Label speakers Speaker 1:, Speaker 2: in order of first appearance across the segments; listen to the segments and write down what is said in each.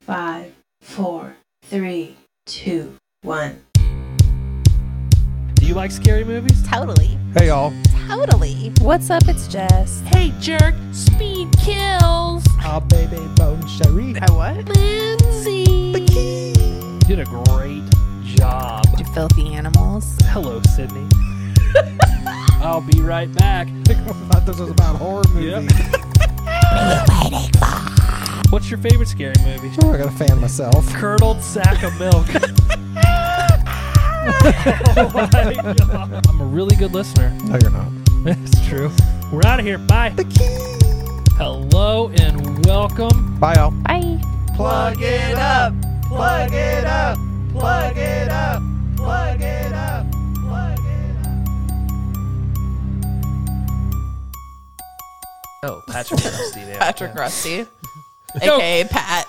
Speaker 1: five, four, three, two, one.
Speaker 2: Do you like scary movies?
Speaker 3: Totally.
Speaker 2: Hey, y'all.
Speaker 3: Totally.
Speaker 4: What's up? It's Jess.
Speaker 5: Hey, jerk. Speed kills.
Speaker 6: Ah,
Speaker 2: Oh, baby, bone cherie.
Speaker 3: I what?
Speaker 5: Lindsay.
Speaker 2: Did a great job.
Speaker 3: You filthy animals.
Speaker 2: Hello, Sydney. I'll be right back.
Speaker 6: thought this was about horror movies.
Speaker 2: What's your favorite scary movie?
Speaker 6: Oh, I gotta fan myself.
Speaker 2: Curdled sack of milk. Oh my God. I'm a really good listener.
Speaker 6: No, you're not.
Speaker 2: That's true. We're out of here. Bye. Hello and welcome.
Speaker 6: Bye, y'all.
Speaker 4: Bye.
Speaker 2: Plug it up. Plug it up. Plug it up. Plug it up. Plug it up. Oh, Patrick Rusty. Yeah.
Speaker 3: Patrick Rusty. AKA Pat.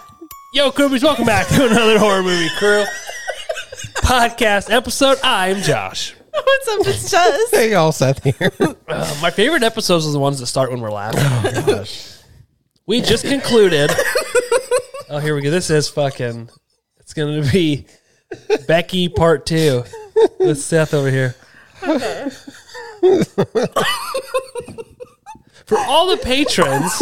Speaker 2: Yo, Kirby's, welcome back to another horror movie crew podcast episode. I'm Josh.
Speaker 3: What's up? It's Jess.
Speaker 6: Hey, y'all. Seth here.
Speaker 2: Uh, my favorite episodes are the ones that start when we're laughing. We just concluded. oh, here we go. This is fucking. It's going to be Becky part two with Seth over here. For all the patrons,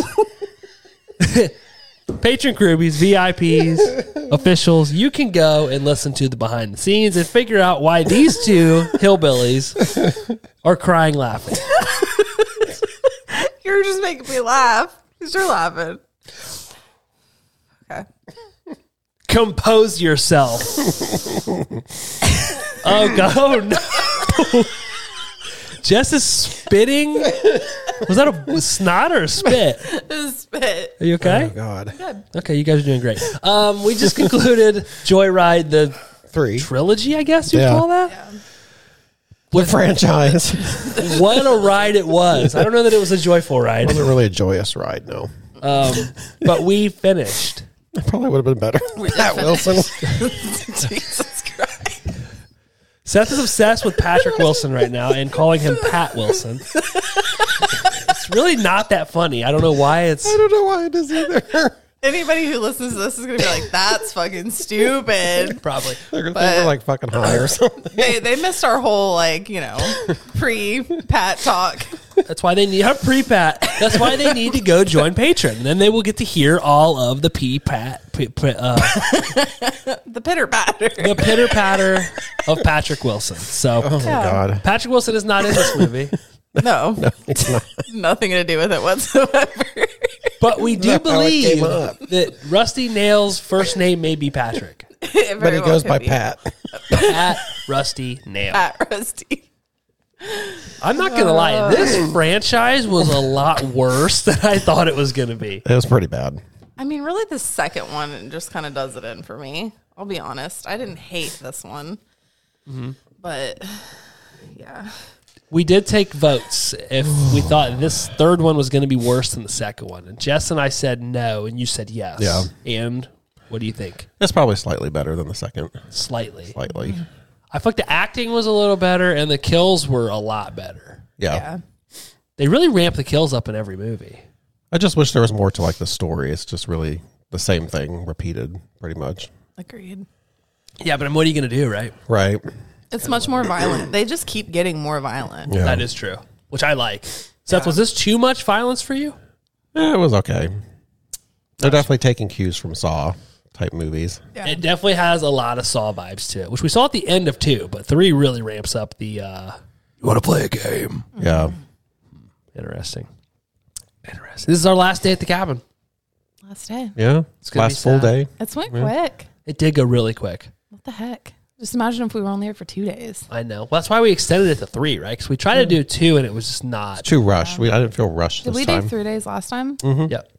Speaker 2: patron groupies, VIPs, officials, you can go and listen to the behind the scenes and figure out why these two hillbillies are crying laughing.
Speaker 3: You're just making me laugh because you're laughing. Okay.
Speaker 2: compose yourself. oh god! Oh no! Jess is spitting. Was that a snot or a spit?
Speaker 3: Spit.
Speaker 2: Are you okay?
Speaker 6: God.
Speaker 2: Okay, you guys are doing great. Um, we just concluded Joyride, the
Speaker 6: Three.
Speaker 2: trilogy, I guess you would
Speaker 6: Yeah.
Speaker 2: call that.
Speaker 6: The franchise.
Speaker 2: What a ride it was! I don't know that it was a joyful ride,
Speaker 6: wasn't really a joyous ride, no.
Speaker 2: um, but we finished.
Speaker 6: It probably would have been better. Pat Wilson.
Speaker 3: Jesus Christ.
Speaker 2: Seth is obsessed with Patrick Wilson right now and calling him Pat Wilson. It's really not that funny. I don't know why it's.
Speaker 6: I don't know why it is either.
Speaker 3: Anybody who listens to this is going to be like, that's fucking stupid.
Speaker 2: Probably.
Speaker 6: They're gonna think we're like fucking high or something.
Speaker 3: They, they missed our whole, like, you know, pre Pat talk.
Speaker 2: That's why they need our pre pat. That's why they need to go join Patreon. Then they will get to hear all of the pee pat, p- p- uh,
Speaker 3: The pitter patter.
Speaker 2: the pitter patter of Patrick Wilson. So
Speaker 6: Oh, my God.
Speaker 2: Patrick Wilson is not in this movie,
Speaker 3: No,
Speaker 6: It's not.
Speaker 3: nothing to do with it whatsoever.
Speaker 2: but we do
Speaker 6: That's how it
Speaker 2: believe
Speaker 6: came up.
Speaker 2: that Rusty Nails' first name may be Patrick.
Speaker 6: But he goes by Pat.
Speaker 2: Pat Rusty Nail.
Speaker 3: Pat Rusty.
Speaker 2: I'm not gonna lie, this franchise was a lot worse than I thought it was gonna be.
Speaker 6: It was pretty bad.
Speaker 3: I mean, really, the second one just kind of does it in for me. I'll be honest. I didn't hate this one, but yeah,
Speaker 2: We did take votes if we thought this third one was going to be worse than the second one. And Jess and I said no, and you said yes.
Speaker 6: Yeah.
Speaker 2: And what do you think?
Speaker 6: It's probably slightly better than the second.
Speaker 2: Slightly.
Speaker 6: Slightly.
Speaker 5: Mm-hmm.
Speaker 2: I felt the acting was a little better, and the kills were a lot better.
Speaker 6: Yeah.
Speaker 3: yeah.
Speaker 2: They really ramp the kills up in every movie.
Speaker 6: I just wish there was more to like the story. It's just really the same thing repeated pretty much.
Speaker 3: Agreed.
Speaker 2: Yeah, but what are you going to do, right?
Speaker 6: Right.
Speaker 3: It's much more violent. They just keep getting more violent.
Speaker 6: Yeah.
Speaker 2: That is true, which I like. Seth, was this too much violence for you?
Speaker 6: Yeah, it was okay. They're definitely taking cues from Saw type movies.
Speaker 2: It definitely has a lot of Saw vibes to it, which we saw at the end of two, but three really ramps up the. Uh, you want to play a game?
Speaker 5: Mm-hmm.
Speaker 6: Yeah.
Speaker 2: Interesting. Interesting. This is our last day at the cabin.
Speaker 3: Last day.
Speaker 6: Yeah. It's
Speaker 2: gonna be
Speaker 6: last full
Speaker 2: sad.
Speaker 6: day.
Speaker 5: It's went quick.
Speaker 2: It did go really quick.
Speaker 5: What the heck? Just imagine if we were only here for two days.
Speaker 2: I know. Well, that's why we extended it to three, right? Because we tried to do two and it was just not.
Speaker 6: Too rushed. We I didn't feel rushed
Speaker 5: Did
Speaker 6: this
Speaker 5: we
Speaker 6: time. Mm.
Speaker 5: do three days last time?
Speaker 6: Mm-hmm.
Speaker 2: Yep.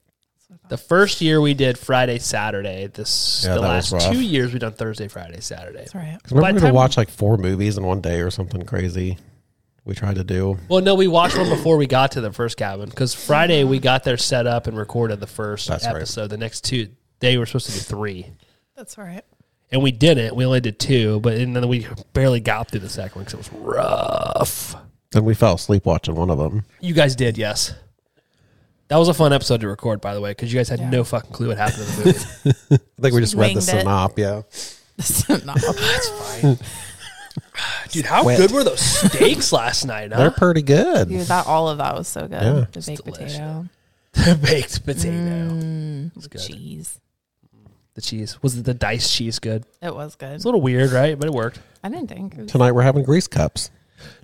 Speaker 2: The first year we did Friday, Saturday. This
Speaker 6: Yeah,
Speaker 2: the
Speaker 6: that
Speaker 2: last
Speaker 6: was rough.
Speaker 2: two years we've done Thursday, Friday, Saturday.
Speaker 5: Right.
Speaker 6: 'Cause remember
Speaker 2: By
Speaker 6: we
Speaker 2: the
Speaker 6: had to
Speaker 2: time-
Speaker 6: watch like four movies in one day or something crazy. We tried to do.
Speaker 2: Well, no, we watched one before we got to the first cabin because Friday we got there set up and recorded the first
Speaker 6: That's right.
Speaker 2: episode. The next two day we were supposed to do three.
Speaker 5: That's all right.
Speaker 2: And we didn't. We only did two, but and then we barely got through the second one because it was rough.
Speaker 6: Then we fell asleep watching one of them.
Speaker 2: You guys did, yes. That was a fun episode to record, by the way, because you guys had
Speaker 5: Yeah.
Speaker 2: no fucking clue what happened in the movie.
Speaker 6: I think we just read the
Speaker 5: Winged it.
Speaker 6: synop. Yeah.
Speaker 3: no,
Speaker 2: That's fine. Dude, how
Speaker 6: Quit.
Speaker 2: good were those steaks last night?
Speaker 6: They're
Speaker 2: Huh?
Speaker 6: pretty good.
Speaker 3: dude, that all of that was so good.
Speaker 6: Yeah.
Speaker 5: The baked
Speaker 2: delicious.
Speaker 5: potato.
Speaker 2: The baked potato.
Speaker 5: Mm,
Speaker 2: It's good.
Speaker 3: Cheese.
Speaker 2: The cheese. Was it the diced cheese good?
Speaker 3: It was good.
Speaker 2: It's a little weird, right? But it worked.
Speaker 5: I didn't think. It was,
Speaker 6: Tonight we're having grease cups.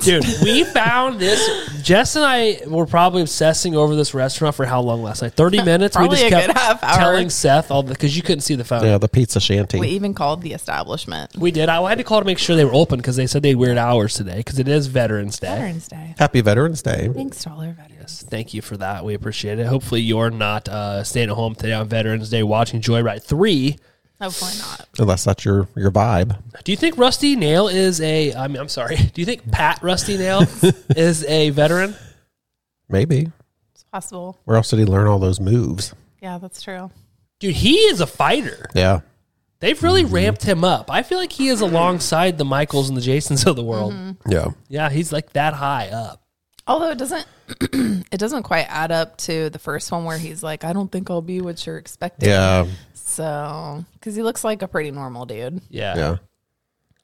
Speaker 2: Dude, we found this. Jess and I were probably obsessing over this restaurant for how long last night? 30 minutes? we
Speaker 3: Probably
Speaker 2: just
Speaker 3: a
Speaker 2: kept
Speaker 3: good half hour.
Speaker 2: telling Seth all the, because you couldn't see the phone.
Speaker 6: Yeah, the pizza shanty.
Speaker 3: we even called the establishment.
Speaker 2: We did. I had to call to make sure they were open because they said they had weird hours today because it is Veterans Day.
Speaker 5: Veterans Day.
Speaker 6: Happy Veterans Day.
Speaker 5: Thanks to all our veterans.
Speaker 2: Thank you for that. We appreciate it. Hopefully, you're not uh, staying at home today on Veterans Day watching Joyride 3.
Speaker 3: Hopefully not.
Speaker 6: Unless that's your your vibe.
Speaker 2: Do you think Rusty Nail is a? I mean, I'm sorry. Do you think Pat Rusty Nail is a veteran?
Speaker 6: Maybe.
Speaker 5: It's possible.
Speaker 6: Where else did he learn all those moves?
Speaker 5: Yeah, that's true.
Speaker 2: Dude, he is a fighter.
Speaker 6: Yeah.
Speaker 2: They've really ramped him up. I feel like he is alongside the Michaels and the Jasons of the world.
Speaker 6: Yeah.
Speaker 2: Yeah, he's like that high up.
Speaker 5: Although it
Speaker 3: doesn't it doesn't quite add up to the first one where he's like, I don't think I'll be what you're expecting.
Speaker 6: Yeah.
Speaker 3: So, because he looks like a pretty normal dude.
Speaker 2: Yeah.
Speaker 6: Yeah.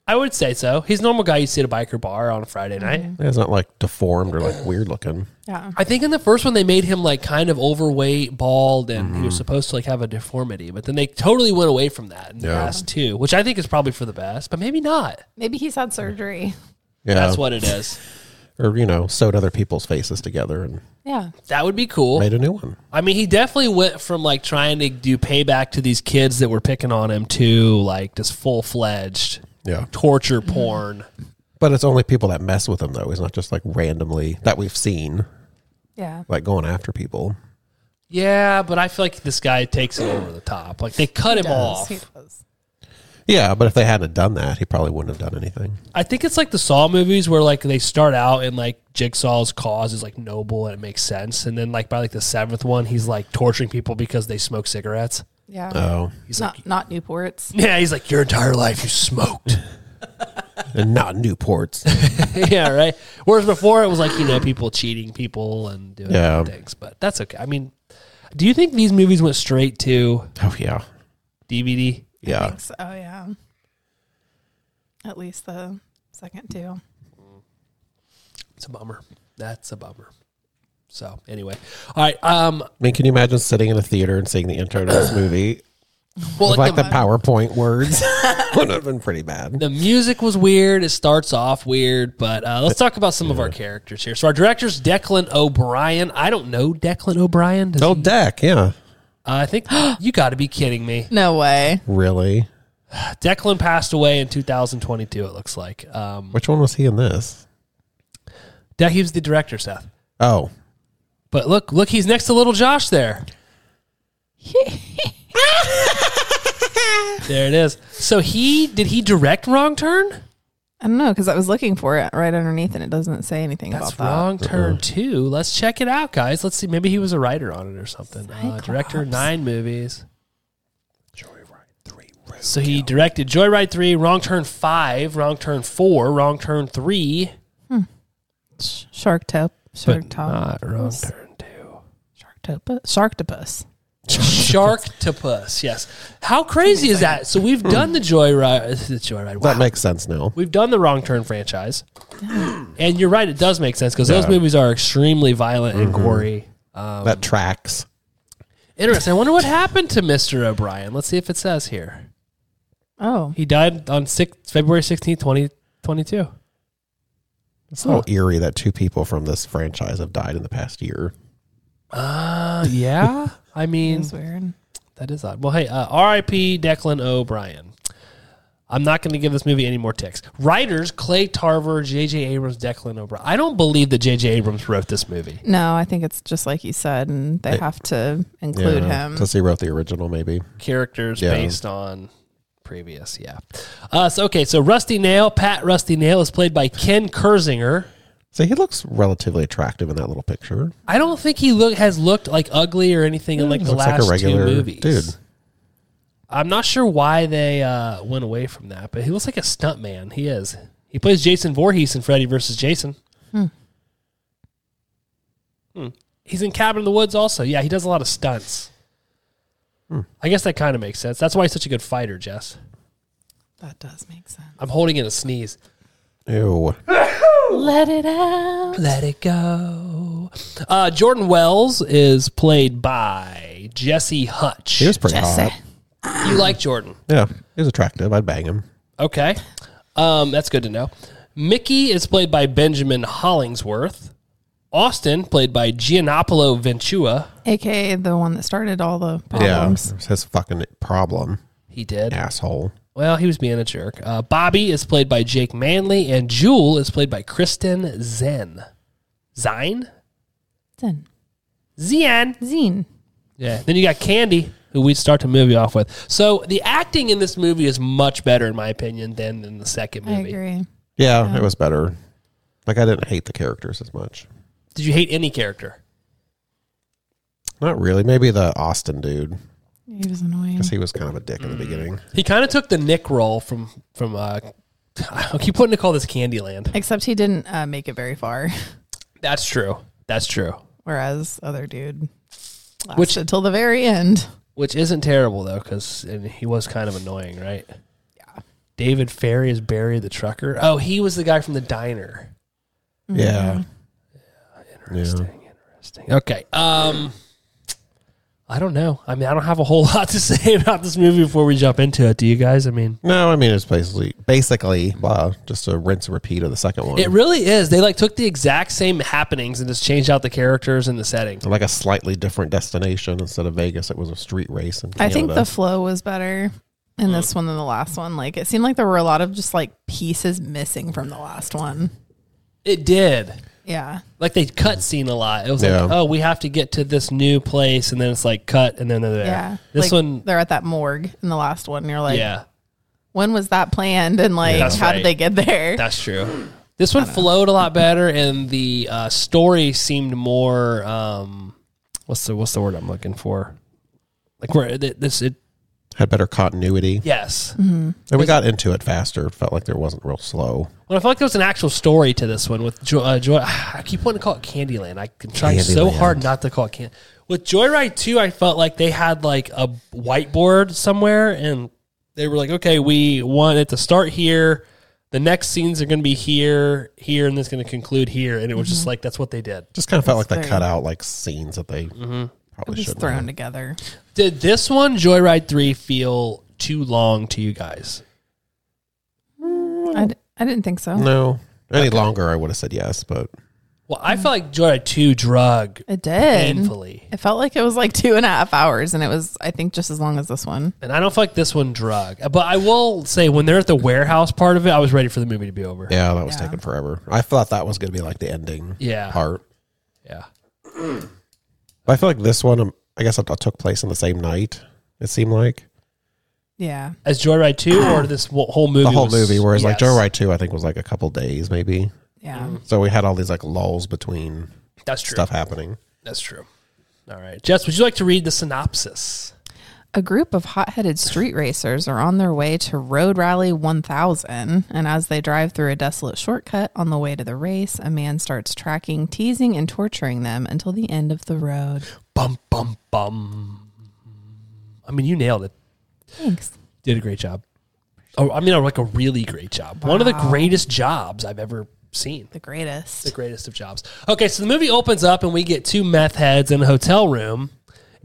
Speaker 2: I would say so. He's a normal guy you see at a biker bar on a Friday night.
Speaker 6: Yeah, It's not like deformed or like weird looking.
Speaker 5: yeah.
Speaker 2: I think in the first one they made him like kind of overweight, bald, and he was
Speaker 6: Mm-hmm.
Speaker 2: supposed to like have a deformity, but then they totally went away from that in the
Speaker 6: Yeah.
Speaker 2: last two, which I think is probably for the best, but maybe not.
Speaker 5: Maybe he's had surgery.
Speaker 6: Yeah.
Speaker 2: That's what it is.
Speaker 6: or you know, sewed other people's faces together and
Speaker 5: Yeah.
Speaker 2: that would be cool.
Speaker 6: made a new one.
Speaker 2: I mean, he definitely went from like trying to do payback to these kids that were picking on him to like this full fledged
Speaker 6: Yeah.
Speaker 2: torture
Speaker 6: Mm-hmm.
Speaker 2: porn.
Speaker 6: But it's only people that mess with him though. It's not just like randomly that we've seen
Speaker 5: Yeah.
Speaker 6: like going after people.
Speaker 2: Yeah, but I feel like this guy takes it over the top. Like they cut him off.
Speaker 3: He does.
Speaker 6: Yeah, but if they hadn't done that, he probably wouldn't have done anything.
Speaker 2: I think it's like the Saw movies where like they start out and like Jigsaw's cause is like noble and it makes sense, and then like by like the seventh one, he's like torturing people because they smoke cigarettes.
Speaker 5: Yeah.
Speaker 6: Oh,
Speaker 5: not not Newports.
Speaker 2: Yeah, he's like your entire life you smoked.
Speaker 6: and not Newports.
Speaker 2: yeah, right. Whereas before it was like you know people cheating people and doing
Speaker 6: Yeah.
Speaker 2: things, but that's okay. I mean, do you think these movies went straight to
Speaker 6: oh yeah,
Speaker 2: DVD?
Speaker 5: I
Speaker 6: yeah.
Speaker 5: think so, yeah. At least the second two.
Speaker 2: It's a bummer. That's a bummer. So anyway, all right. Um,
Speaker 6: I mean, can you imagine sitting in a theater and seeing the intro to this movie
Speaker 2: well,
Speaker 6: with like the PowerPoint words? would have been pretty bad.
Speaker 2: The music was weird. It starts off weird, but uh, let's talk about some of our characters here. So our director's Declan O'Brien. I don't know Declan O'Brien. Does
Speaker 6: Oh,
Speaker 2: he-
Speaker 6: deck, yeah.
Speaker 2: I think you got to be kidding me.
Speaker 3: No way.
Speaker 6: Really?
Speaker 2: Declan passed away in 2022. It looks like. Um,
Speaker 6: Which one was he in this?
Speaker 2: De- he was the director, Seth.
Speaker 6: Oh,
Speaker 2: But look, look, he's next to little Josh there. there it is. So he did he direct Wrong Turn?
Speaker 3: I don't know because I was looking for it right underneath and it doesn't say anything
Speaker 2: That's
Speaker 3: about
Speaker 2: Wrong
Speaker 6: Mm-hmm.
Speaker 2: Turn 2. Let's check it out, guys. Let's see. Maybe he was a writer on it or something. Uh, director, nine movies. Joyride 3. So he directed Joyride 3, Wrong Turn 5, Wrong Turn 4, Wrong Turn 3.
Speaker 5: Sh- Sharktop.
Speaker 2: But
Speaker 5: Sharktop.
Speaker 2: not Wrong Turn 2.
Speaker 5: Sharktopus. Sharktopus.
Speaker 2: Sharktopus, yes. How crazy is that? So we've done the Joyride. The Joyride.
Speaker 6: that
Speaker 2: Wow.
Speaker 6: makes sense now.
Speaker 2: We've done the Wrong Turn franchise. and you're right. It does make sense because those
Speaker 6: Yeah. Mm-hmm.
Speaker 2: movies are extremely violent and gory. Um,
Speaker 6: that tracks.
Speaker 2: Interesting. I wonder what happened to Mr. O'Brien. Let's see if it says here.
Speaker 5: Oh.
Speaker 2: He died on six, February 16th, 2022.
Speaker 6: It's a little eerie that two people from this franchise have died in the past year.
Speaker 2: Uh, yeah. I mean,
Speaker 5: That's weird.
Speaker 2: that is odd. Well, hey, uh, RIP Declan O'Brien. I'm not going to give this movie any more ticks. Writers Clay Tarver, J.J. Abrams, Declan O'Brien. I don't believe that J.J. Abrams wrote this movie.
Speaker 3: No, I think it's just like you said, and they
Speaker 6: It-
Speaker 3: have to include him.
Speaker 6: Since he wrote the original, maybe.
Speaker 2: Characters
Speaker 6: Yeah.
Speaker 2: based on previous, yeah. Uh, so, okay, so Rusty Nail, Pat Rusty Nail is played by Ken Kersinger.
Speaker 6: So he looks relatively attractive in that little picture.
Speaker 2: I don't think he look has looked like ugly or anything in like the
Speaker 6: looks like
Speaker 2: last
Speaker 6: a regular
Speaker 2: two movies.
Speaker 6: dude.
Speaker 2: I'm not sure why they uh, went away from that, but he looks like a stuntman. He is. He plays Jason Voorhees in Freddy versus Jason. Hmm. He's in Cabin in the Woods also. Yeah, he does a lot of stunts.
Speaker 6: Hmm.
Speaker 2: I guess that kind of makes sense. That's why he's such a good fighter, Jess.
Speaker 5: That does make sense.
Speaker 2: I'm holding in a sneeze.
Speaker 6: Ew.
Speaker 5: Let it out.
Speaker 2: Let it go. Uh, Jordan Wells is played by Jesse Hutch.
Speaker 6: He was pretty hot.
Speaker 2: you like Jordan.
Speaker 6: Yeah. He was attractive. I'd bang him.
Speaker 2: Okay. Um, that's good to know. Mickey is played by Benjamin Hollingsworth. Austin, played by Giannopolo Ventura.
Speaker 5: AKA the one that started all the problems.
Speaker 6: Yeah. It's his fucking problem.
Speaker 2: He did.
Speaker 6: Asshole.
Speaker 2: Well, he was being a jerk. Uh, Bobby is played by Jake Manley, and Jewel is played by Kristen Zen. Zine?
Speaker 5: Zin.
Speaker 2: Zian.
Speaker 5: Zine.
Speaker 2: Yeah. Then you got Candy, who we start the movie off with. So the acting in this movie is much better, in my opinion, than in the second
Speaker 5: I
Speaker 2: movie.
Speaker 5: agree.
Speaker 6: Yeah, It was better. Like, I didn't hate the characters as much.
Speaker 2: Did you hate any character?
Speaker 6: Not really. Maybe the Austin dude,
Speaker 5: He was annoying.
Speaker 6: because he was kind of a dick in the beginning.
Speaker 2: He kind of took the Nick role from from. Uh, I keep putting to call this Candyland.
Speaker 5: Except he didn't uh, make it very far,
Speaker 2: That's true. That's true.
Speaker 5: whereas other dude lasted
Speaker 2: Which-
Speaker 5: till the very end.
Speaker 2: Which isn't terrible though, because he was kind of annoying, right? Yeah. David Ferry is Barry the trucker. Oh, he was the guy from the diner.
Speaker 6: Yeah.
Speaker 2: Interesting. Interesting. Okay. Um, I don't know. I mean, I don't have a whole lot to say about this movie before we jump into it. Do you guys? I mean,
Speaker 6: No, I mean, it's basically, basically, wow, just a rinse and repeat of the second one.
Speaker 2: it really is. They like took the exact same happenings and just changed out the characters and the setting.
Speaker 6: like a slightly different destination instead of Vegas. It was a street race. In
Speaker 5: I think
Speaker 6: Canada.
Speaker 5: the flow was better
Speaker 2: Mm.
Speaker 5: in this one than the last one. Like it seemed like there were a lot of just like pieces missing from the last one.
Speaker 2: It did.
Speaker 5: Yeah.
Speaker 2: Like they cut scene a lot. It was
Speaker 6: Yeah.
Speaker 2: like, oh, we have to get to this new place, and then it's like cut, and then they're there.
Speaker 5: Yeah.
Speaker 2: This
Speaker 5: Like,
Speaker 2: one,
Speaker 5: they're at that morgue in the last one. And you're like,
Speaker 2: yeah,
Speaker 5: when was that planned? And like,
Speaker 2: That's
Speaker 5: how
Speaker 2: right.
Speaker 5: did they get there?
Speaker 2: that's true. This one flowed a lot better, and the uh, story seemed more. Um, what's the what's the word I'm looking for? Like where th- this it
Speaker 6: had better continuity.
Speaker 2: yes.
Speaker 6: And we got into it faster. It felt like there wasn't real slow.
Speaker 2: Well, I feel like there was an actual story to this one with Joy. Uh, Joy I keep wanting to call it Candyland. I can try so
Speaker 6: Candyland.
Speaker 2: hard not to call it Candy. With Joyride 2, I felt like they had like a whiteboard somewhere and they were like, okay, we want it to start here. The next scenes are going to be here, here, and this is going to conclude here. And it was just like, that's what they did.
Speaker 6: Just kind of felt like they
Speaker 5: very-
Speaker 6: cut out like scenes that they probably
Speaker 5: Just
Speaker 6: should
Speaker 5: thrown
Speaker 6: have.
Speaker 5: together.
Speaker 2: Did this one, Joyride 3, feel too long to you guys?
Speaker 5: I, d- I didn't think so.
Speaker 6: No, any longer I would have said yes, but
Speaker 2: Well, I felt like Joyride 2 drug
Speaker 5: It did.
Speaker 2: painfully.
Speaker 5: It felt like it was like two and a half hours, and it was, I think, just as long as this one.
Speaker 2: And I don't feel like this one drug. Uh, But I will say, when they're at the warehouse part of it, I was ready for the movie to be over.
Speaker 6: yeah, that was
Speaker 5: Yeah.
Speaker 6: taking forever. I thought that was going to be like the ending
Speaker 2: Yeah.
Speaker 6: part.
Speaker 2: Yeah.
Speaker 6: But I feel like this one, um, I guess it took place in the same night. It seemed like
Speaker 5: Yeah.
Speaker 2: As Joyride 2 or this wo- whole movie?
Speaker 6: the whole
Speaker 2: was-
Speaker 6: movie, whereas
Speaker 2: Yes.
Speaker 6: like Joe Ride Two, I think was like a couple days maybe.
Speaker 5: Yeah.
Speaker 6: So we had all these like lulls between
Speaker 2: That's true.
Speaker 6: stuff happening.
Speaker 2: That's true. All right. Jess, would you like to read the synopsis?
Speaker 5: A group of hot headed street racers are on their way to Road Rally 1000, and as they drive through a desolate shortcut on the way to the race, a man starts tracking, teasing, and torturing them until the end of the road.
Speaker 2: Bum, bum, bum. I mean, you nailed it.
Speaker 5: Thanks.
Speaker 2: Did a great job. Oh, I mean, uh, like a really great job. One of the greatest jobs I've ever seen.
Speaker 5: The greatest.
Speaker 2: The greatest of jobs. Okay, so the movie opens up and we get two meth heads in a hotel room.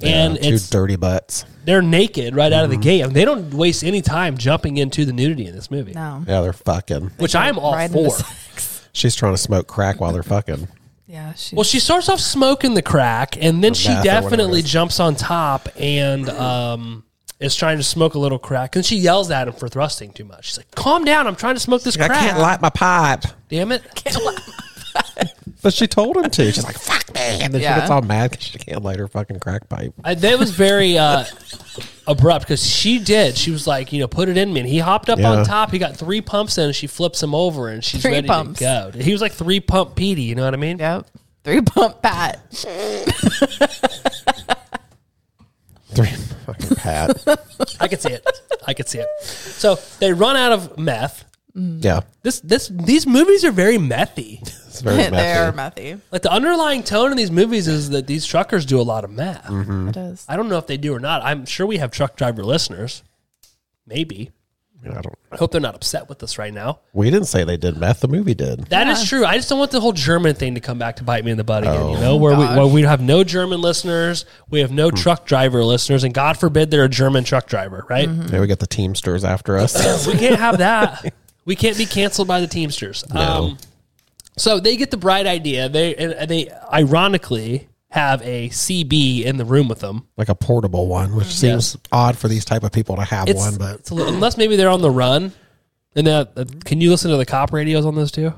Speaker 2: And
Speaker 6: Yeah, two
Speaker 2: it's
Speaker 6: dirty butts.
Speaker 2: they're naked right out of the
Speaker 6: Mm-hmm.
Speaker 2: gate. I mean, they don't waste any time jumping into the nudity in this movie,
Speaker 5: No.
Speaker 6: Yeah, they're fucking.
Speaker 2: which I am all
Speaker 5: Right in
Speaker 2: for.
Speaker 5: the sex.
Speaker 6: She's trying to smoke crack while they're fucking.
Speaker 5: Yeah. She,
Speaker 2: Well, she starts off smoking the crack, and then she
Speaker 6: meth or whatever it
Speaker 2: definitely
Speaker 6: is.
Speaker 2: jumps on top and
Speaker 5: Mm-hmm.
Speaker 2: um, is trying to smoke a little crack. And she yells at him for thrusting too much. She's like, "Calm down! I'm trying to smoke this
Speaker 6: I
Speaker 2: crack.
Speaker 6: can't light my pipe.
Speaker 2: Damn it!
Speaker 6: But she told him to. She's like, fuck me. And then
Speaker 5: Yeah.
Speaker 6: she gets all mad because she can't light her fucking crack pipe.
Speaker 2: I, that was very uh, abrupt because she did. She was like, you know, put it in me. And he hopped up
Speaker 6: Yeah.
Speaker 2: on top. He got three pumps in, and she flips him over, and she's
Speaker 5: Three
Speaker 2: ready
Speaker 5: pumps.
Speaker 2: to go. He was like three pump Petey. You know what I mean?
Speaker 5: yep. Three pump pat.
Speaker 6: Three fucking pat.
Speaker 2: I could see it. I could see it. So they run out of meth.
Speaker 6: Yeah.
Speaker 2: This this these movies are very methy.
Speaker 6: It's very
Speaker 3: they are
Speaker 6: messy.
Speaker 3: methy.
Speaker 2: Like the underlying tone in these movies is that these truckers do a lot of math.
Speaker 5: It is.
Speaker 2: I don't know if they do or not. I'm sure we have truck driver listeners. Maybe.
Speaker 6: I mean, I don't,
Speaker 2: I hope they're not upset with us right now.
Speaker 6: we didn't say they did meth. The movie did.
Speaker 2: That is true. I just don't want the whole German thing to come back to bite me in the butt again. you know, where we, where we have no German listeners, we have no truck driver listeners, and God forbid they're a German truck driver, right?
Speaker 6: There we got the Teamsters after us.
Speaker 2: We can't have that. We can't be canceled by the Teamsters. Um, so they get the bright idea. They and they ironically have a CB in the room with them.
Speaker 6: like a portable one, which seems odd for these type of people to have one, but
Speaker 2: it's a little, unless maybe they're on the run. And that, that- can you listen to the cop radios on those too?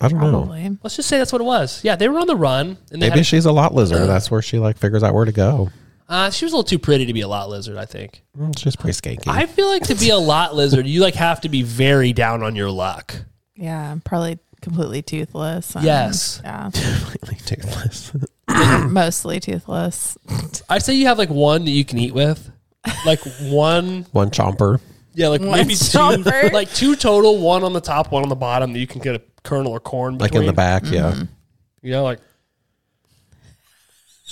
Speaker 6: I don't know.
Speaker 5: Probably.
Speaker 2: Let's just say that's what it was. Yeah, they were on the run, and they had
Speaker 6: Maybe she's a lot lizard. and that's where she like figures out where to go.
Speaker 2: Uh, she was a little too pretty to be a lot lizard, I think.
Speaker 6: Mm, She's pretty skanky.
Speaker 2: I feel like to be a lot lizard, you like have to be very down on your luck.
Speaker 5: Yeah, probably completely toothless. and-
Speaker 2: Yes.
Speaker 5: Yeah,
Speaker 6: Completely toothless.
Speaker 5: mostly toothless.
Speaker 2: I'd say you have like one that you can eat with. Like one,
Speaker 6: one chomper.
Speaker 2: yeah, like
Speaker 3: One
Speaker 2: maybe two,
Speaker 3: stomper.
Speaker 2: like two total, one on the top, one on the bottom that you can get a kernel or corn
Speaker 6: Like in the
Speaker 2: between.
Speaker 6: back, yeah.
Speaker 2: You know, like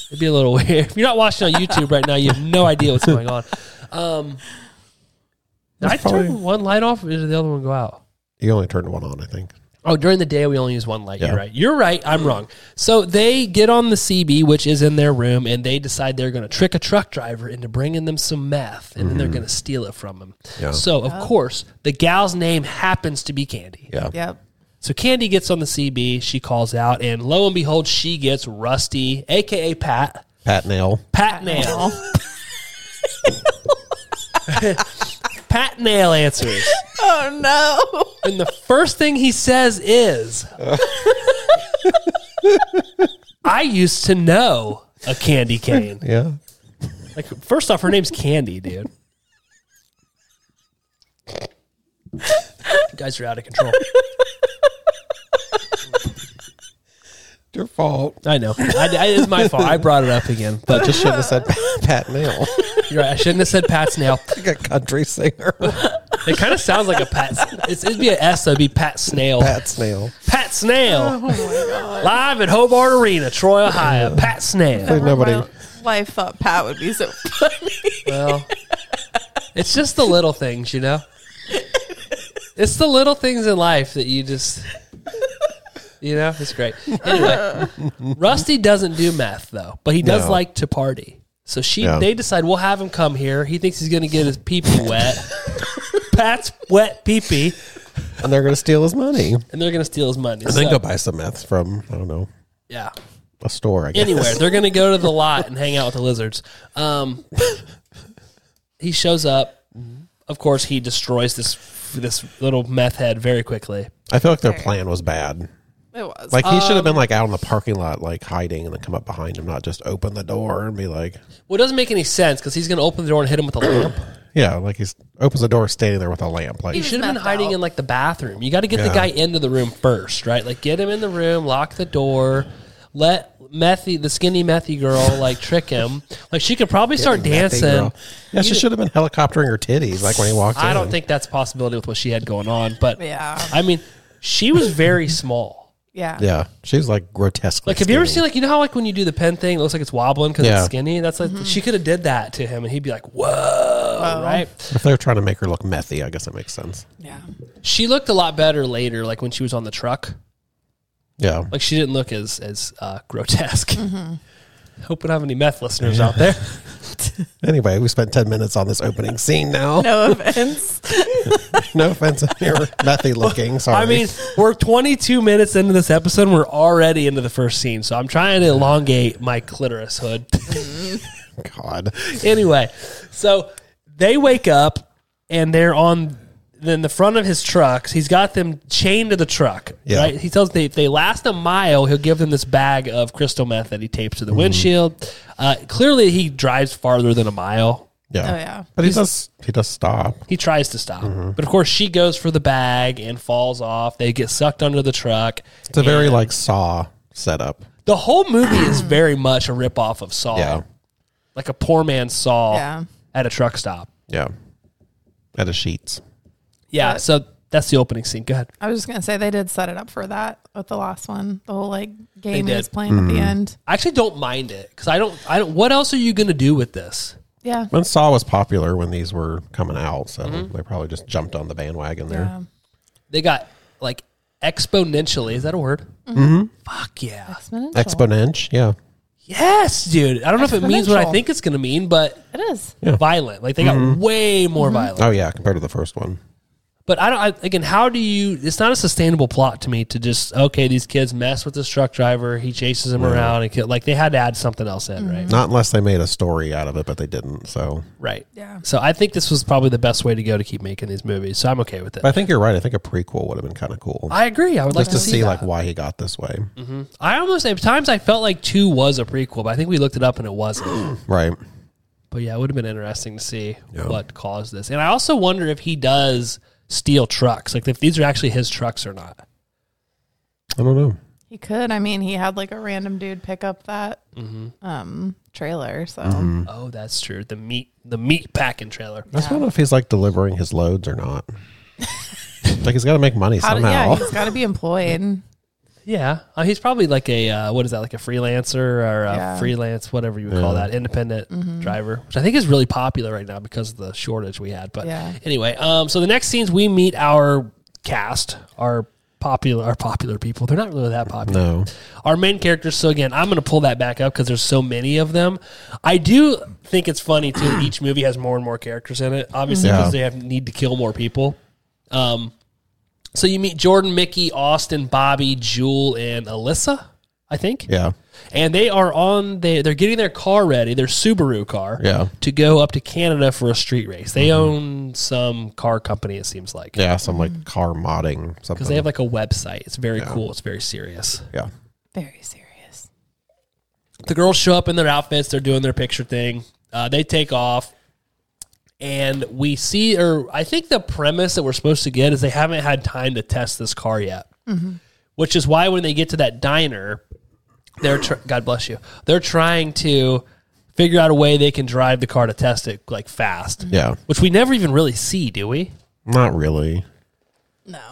Speaker 2: it'd be a little weird. If you're not watching on YouTube right now, you have no idea what's going on. Um, did I turn one light off or did the other one go out?
Speaker 6: You only turned one on, I think.
Speaker 2: Oh, during the day we only use one light.
Speaker 6: Yeah.
Speaker 2: You're right. You're right. I'm wrong. So they get on the CB, which is in their room, and they decide they're going to trick a truck driver into bringing them some meth, and then they're going to steal it from him.
Speaker 6: Mm-hmm. Yeah.
Speaker 2: So of course, the gal's name happens to be Candy.
Speaker 6: Yeah.
Speaker 5: Yep.
Speaker 2: So Candy gets on the CB. She calls out, and lo and behold, she gets Rusty, aka Pat,
Speaker 6: Pat Nail.
Speaker 2: Pat Nail. Pat Nail answers.
Speaker 3: Oh
Speaker 2: And the first thing he says is, I used to know a candy cane.
Speaker 6: Yeah.
Speaker 2: Like, first off, her name's Candy, dude. You guys are out of control.
Speaker 6: Your fault.
Speaker 2: I know. I, I, it's my fault. I brought it up again. But
Speaker 6: Just should have said Pat Nail.
Speaker 2: you're right. I shouldn't have said Pat's nail.
Speaker 6: like a country singer.
Speaker 2: It kind of sounds like a Pat. It's, it'd be an S, so it'd be Pat Snail.
Speaker 6: Pat Snail.
Speaker 2: Pat Snail. Live at Hobart Arena, Troy, Ohio. Pat Snail.
Speaker 6: Like
Speaker 3: no! My
Speaker 6: nobody.
Speaker 3: life thought Pat would be so funny.
Speaker 2: Well, it's just the little things, you know. It's the little things in life that you just, you know, it's great. Anyway, Rusty doesn't do meth though, but he does
Speaker 6: No.
Speaker 2: like to party. So she,
Speaker 6: Yeah.
Speaker 2: they decide we'll have him come here. He thinks he's going to get his pee pee wet. Pat's wet pee pee,
Speaker 6: And they're going to steal his money. And
Speaker 2: and they're going to steal his money.
Speaker 6: then
Speaker 2: So,
Speaker 6: go buy some meth from, I don't know,
Speaker 2: yeah.
Speaker 6: a store, I guess.
Speaker 2: anywhere. They're going to go to the lot and hang out with the lizards. Um, he shows up. Of course, he destroys this this little meth head very quickly.
Speaker 6: I feel like their plan was bad.
Speaker 3: It was.
Speaker 6: Like, he should
Speaker 2: Um,
Speaker 6: have been, like, out in the parking lot, like, hiding and then come up behind him, not just open the door and be like,
Speaker 2: Well, it doesn't make any sense because he's going to open the door and hit him with a lamp.
Speaker 6: yeah, like he's opens the door standing there with a lamp. Like,
Speaker 2: He should have been
Speaker 3: methed
Speaker 2: hiding
Speaker 3: out.
Speaker 2: in like the bathroom. You got to get the
Speaker 6: Yeah.
Speaker 2: guy into the room first, right? Like get him in the room, lock the door, let methy the skinny methy girl like trick him. Like she could probably start
Speaker 6: That big
Speaker 2: dancing.
Speaker 6: girl. Yeah, she should have been helicoptering her titties like when he walked in.
Speaker 2: I don't think that's a possibility with what she had going on, but
Speaker 3: Yeah.
Speaker 2: I mean, she was very small.
Speaker 5: Yeah.
Speaker 6: Yeah, she was like grotesque.
Speaker 2: Like, have you ever seen like you know how like when you do the pen thing, it looks like it's wobbling because
Speaker 6: Yeah.
Speaker 2: it's skinny. That's like she could have did that to him, and he'd be like, "Whoa!" Right?
Speaker 6: If they're trying to make her look methy, I guess that makes sense.
Speaker 5: Yeah.
Speaker 2: She looked a lot better later, like when she was on the truck.
Speaker 6: Yeah,
Speaker 2: Like she didn't look as as uh, grotesque. Hope we don't have any meth listeners out there.
Speaker 6: Anyway, we spent 10 minutes on this opening scene now. No,
Speaker 3: no offense.
Speaker 6: offense if you're methy looking. Sorry.
Speaker 2: I mean, we're 22 minutes into this episode, and we're already into the first scene. So I'm trying to elongate my clitoris hood.
Speaker 6: God.
Speaker 2: anyway, so they wake up and they're on in the front of his trucks. He's got them chained to the truck.
Speaker 6: Yeah.
Speaker 2: Right. He tells them if they last a mile, he'll give them this bag of crystal meth that he tapes
Speaker 6: Mm-hmm.
Speaker 2: to the windshield. Uh, clearly, he drives farther than a mile.
Speaker 6: Yeah.
Speaker 5: Oh, yeah.
Speaker 6: But he does, he does stop.
Speaker 2: He tries to stop,
Speaker 6: Mm-hmm.
Speaker 2: but of course, she goes for the bag and falls off. They get sucked under the truck.
Speaker 6: It's a very like saw setup.
Speaker 2: The whole movie is very much a ripoff of Saw,
Speaker 6: Yeah.
Speaker 2: like a poor man's Saw
Speaker 5: Yeah.
Speaker 2: at a truck stop.
Speaker 6: Yeah. At a sheets.
Speaker 2: Yeah. so That's the opening scene. Go ahead.
Speaker 5: I was just gonna say they did set it up for that with the last one. The whole like game
Speaker 2: They
Speaker 5: he was
Speaker 2: did.
Speaker 5: playing at the end.
Speaker 2: I actually don't mind it because I don't. I don't. What else are you going to do with this?
Speaker 5: Yeah.
Speaker 6: When Saw was popular when these were coming out, so
Speaker 2: Mm-hmm.
Speaker 6: they probably just jumped on the bandwagon there.
Speaker 5: Yeah.
Speaker 2: They got like exponentially. Is that a word? Mm-hmm. Fuck yeah.
Speaker 5: Exponential.
Speaker 6: Exponential, yeah,
Speaker 2: Yes, dude. I don't know if it means what I
Speaker 5: Exponential.
Speaker 2: think it's going to mean, but
Speaker 5: it is.
Speaker 2: violent. Like they got way more
Speaker 5: Mm-hmm.
Speaker 2: violent.
Speaker 6: oh yeah, compared to the first one.
Speaker 2: But I don't. I, again, how do you? It's not a sustainable plot to me to just okay. These kids mess with this truck driver. He chases them around and kill. Like they had to add something else in, right?
Speaker 6: Not unless they made a story out of it, but they didn't. So
Speaker 2: Right.
Speaker 5: Yeah.
Speaker 2: So I think this was probably the best way to go to keep making these movies. So I'm okay with it.
Speaker 6: but I think you're right. I think a prequel would have been kind of cool,
Speaker 2: I agree. I would like
Speaker 6: just
Speaker 2: to see, that.
Speaker 6: like why he got this way,
Speaker 2: I almost at times I felt like two was a prequel, but I think we looked it up and it wasn't.
Speaker 6: right?
Speaker 2: but yeah, it would have been interesting to see what caused this. And I also wonder if he does steal trucks, like if these are actually his trucks or not.
Speaker 6: I don't know.
Speaker 5: He could. I mean, he had like a random dude pick up that um trailer. So
Speaker 2: Oh, that's true. The meat, the meat packing trailer.
Speaker 6: I just wonder if he's like delivering his loads or not. like he's got to make money
Speaker 5: How do,
Speaker 6: somehow.
Speaker 5: yeah, he's got to be employed.
Speaker 2: Yeah, uh, he's probably like a uh, what is that? Like a freelancer or a
Speaker 5: Yeah. Mm-hmm.
Speaker 2: freelance, whatever you would call that, independent driver, which I think is really popular right now because of the shortage we had. But
Speaker 5: Yeah.
Speaker 2: anyway, um, so the next scenes we meet our cast, our popular, our popular people. They're not really that popular.
Speaker 6: no,
Speaker 2: Our main characters. So again, I'm going to pull that back up because there's so many of them. I do think it's funny too. that each movie has more and more characters in it, obviously
Speaker 6: Mhm.
Speaker 2: because
Speaker 6: Yeah.
Speaker 2: they have need to kill more people. Um, so you meet Jordan, Mickey, Austin, Bobby, Jewel, and Alyssa, I think.
Speaker 6: yeah,
Speaker 2: And they are on they they're getting their car ready, their Subaru car,
Speaker 6: Yeah. Mm-hmm.
Speaker 2: to go up to Canada for a street race. They own some car company, it seems like.
Speaker 6: yeah, some like car modding something.
Speaker 2: Because they have like a website. It's very cool. It's very serious.
Speaker 6: yeah,
Speaker 5: Very serious.
Speaker 2: The girls show up in their outfits. They're doing their picture thing. Uh, they take off. And we see, or I think the premise that we're supposed to get is they haven't had time to test this car yet, which is why when they get to that diner, they're tr- God bless you. They're trying to figure out a way they can drive the car to test it like fast,
Speaker 6: yeah,
Speaker 2: which we never even really see, do we?
Speaker 6: not really.
Speaker 5: No.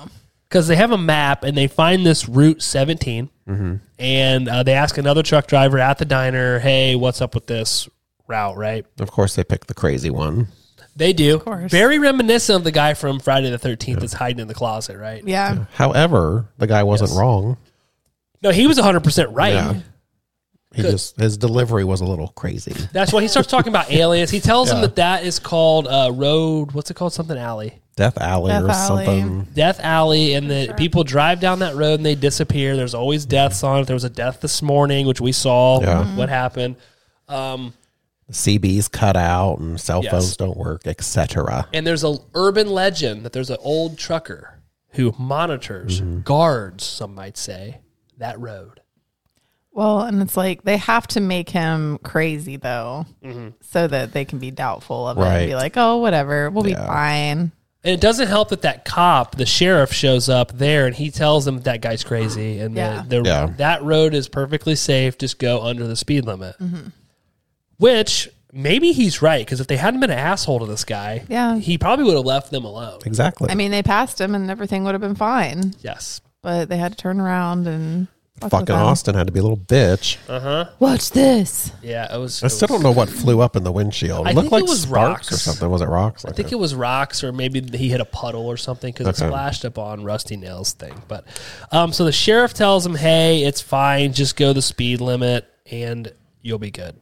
Speaker 2: because they have a map and they find this route 17
Speaker 6: Mm-hmm.
Speaker 2: and uh, they ask another truck driver at the diner hey what's up with this route right
Speaker 6: Of course, they picked the crazy one.
Speaker 2: they do of
Speaker 5: course.
Speaker 2: very reminiscent of the guy from friday the 13th that's hiding in the closet right
Speaker 5: Yeah.
Speaker 6: However, the guy wasn't wrong.
Speaker 2: no he was 100% right
Speaker 6: Yeah. He
Speaker 2: Good.
Speaker 6: just his delivery was a little crazy.
Speaker 2: that's why he starts talking about aliens he tells him
Speaker 6: Yeah.
Speaker 2: that that is called uh, road what's it called something alley
Speaker 6: Death Alley
Speaker 5: Death
Speaker 6: or
Speaker 5: Alley.
Speaker 6: something.
Speaker 2: Death Alley, and the people drive down that road and they disappear. There's always deaths on it. There was a death this morning, which we saw.
Speaker 6: Yeah. Mhm.
Speaker 2: What happened? Um,
Speaker 6: CBs cut out and cell
Speaker 2: Yes.
Speaker 6: phones don't work, etc.
Speaker 2: and there's a urban legend that there's an old trucker who monitors,
Speaker 6: Mm-hmm.
Speaker 2: guards, some might say, that road.
Speaker 5: Well, and it's like they have to make him crazy though, so that they can be doubtful of it and be
Speaker 6: Right.
Speaker 5: like, "Oh, whatever, we'll be fine."
Speaker 2: And it doesn't help that that cop, the sheriff, shows up there and he tells them that guy's crazy and
Speaker 5: Yeah.
Speaker 2: the, the,
Speaker 6: Yeah.
Speaker 2: that road is perfectly safe. Just go under the speed limit.
Speaker 5: Mm-hmm.
Speaker 2: Which maybe he's right because if they hadn't been an asshole to this guy,
Speaker 5: Yeah.
Speaker 2: he probably would have left them alone.
Speaker 6: Exactly.
Speaker 5: I mean, they passed him, and everything would have been fine,
Speaker 2: Yes.
Speaker 5: but they had to turn around and fuck with
Speaker 6: Fucking
Speaker 5: him.
Speaker 6: Austin had to be a little bitch.
Speaker 5: Watch this.
Speaker 2: Yeah. It was.
Speaker 6: I still don't know what flew up in the windshield.
Speaker 2: I
Speaker 6: It looked
Speaker 2: think it
Speaker 6: like
Speaker 2: was
Speaker 6: sparks
Speaker 2: rocks.
Speaker 6: or something. Was it rocks?
Speaker 2: I think it was rocks, or maybe he hit a puddle or something because it
Speaker 6: Okay.
Speaker 2: splashed up on Rusty Nails thing. But um, so the sheriff tells him, "Hey, it's fine. Just go the speed limit, and you'll be good."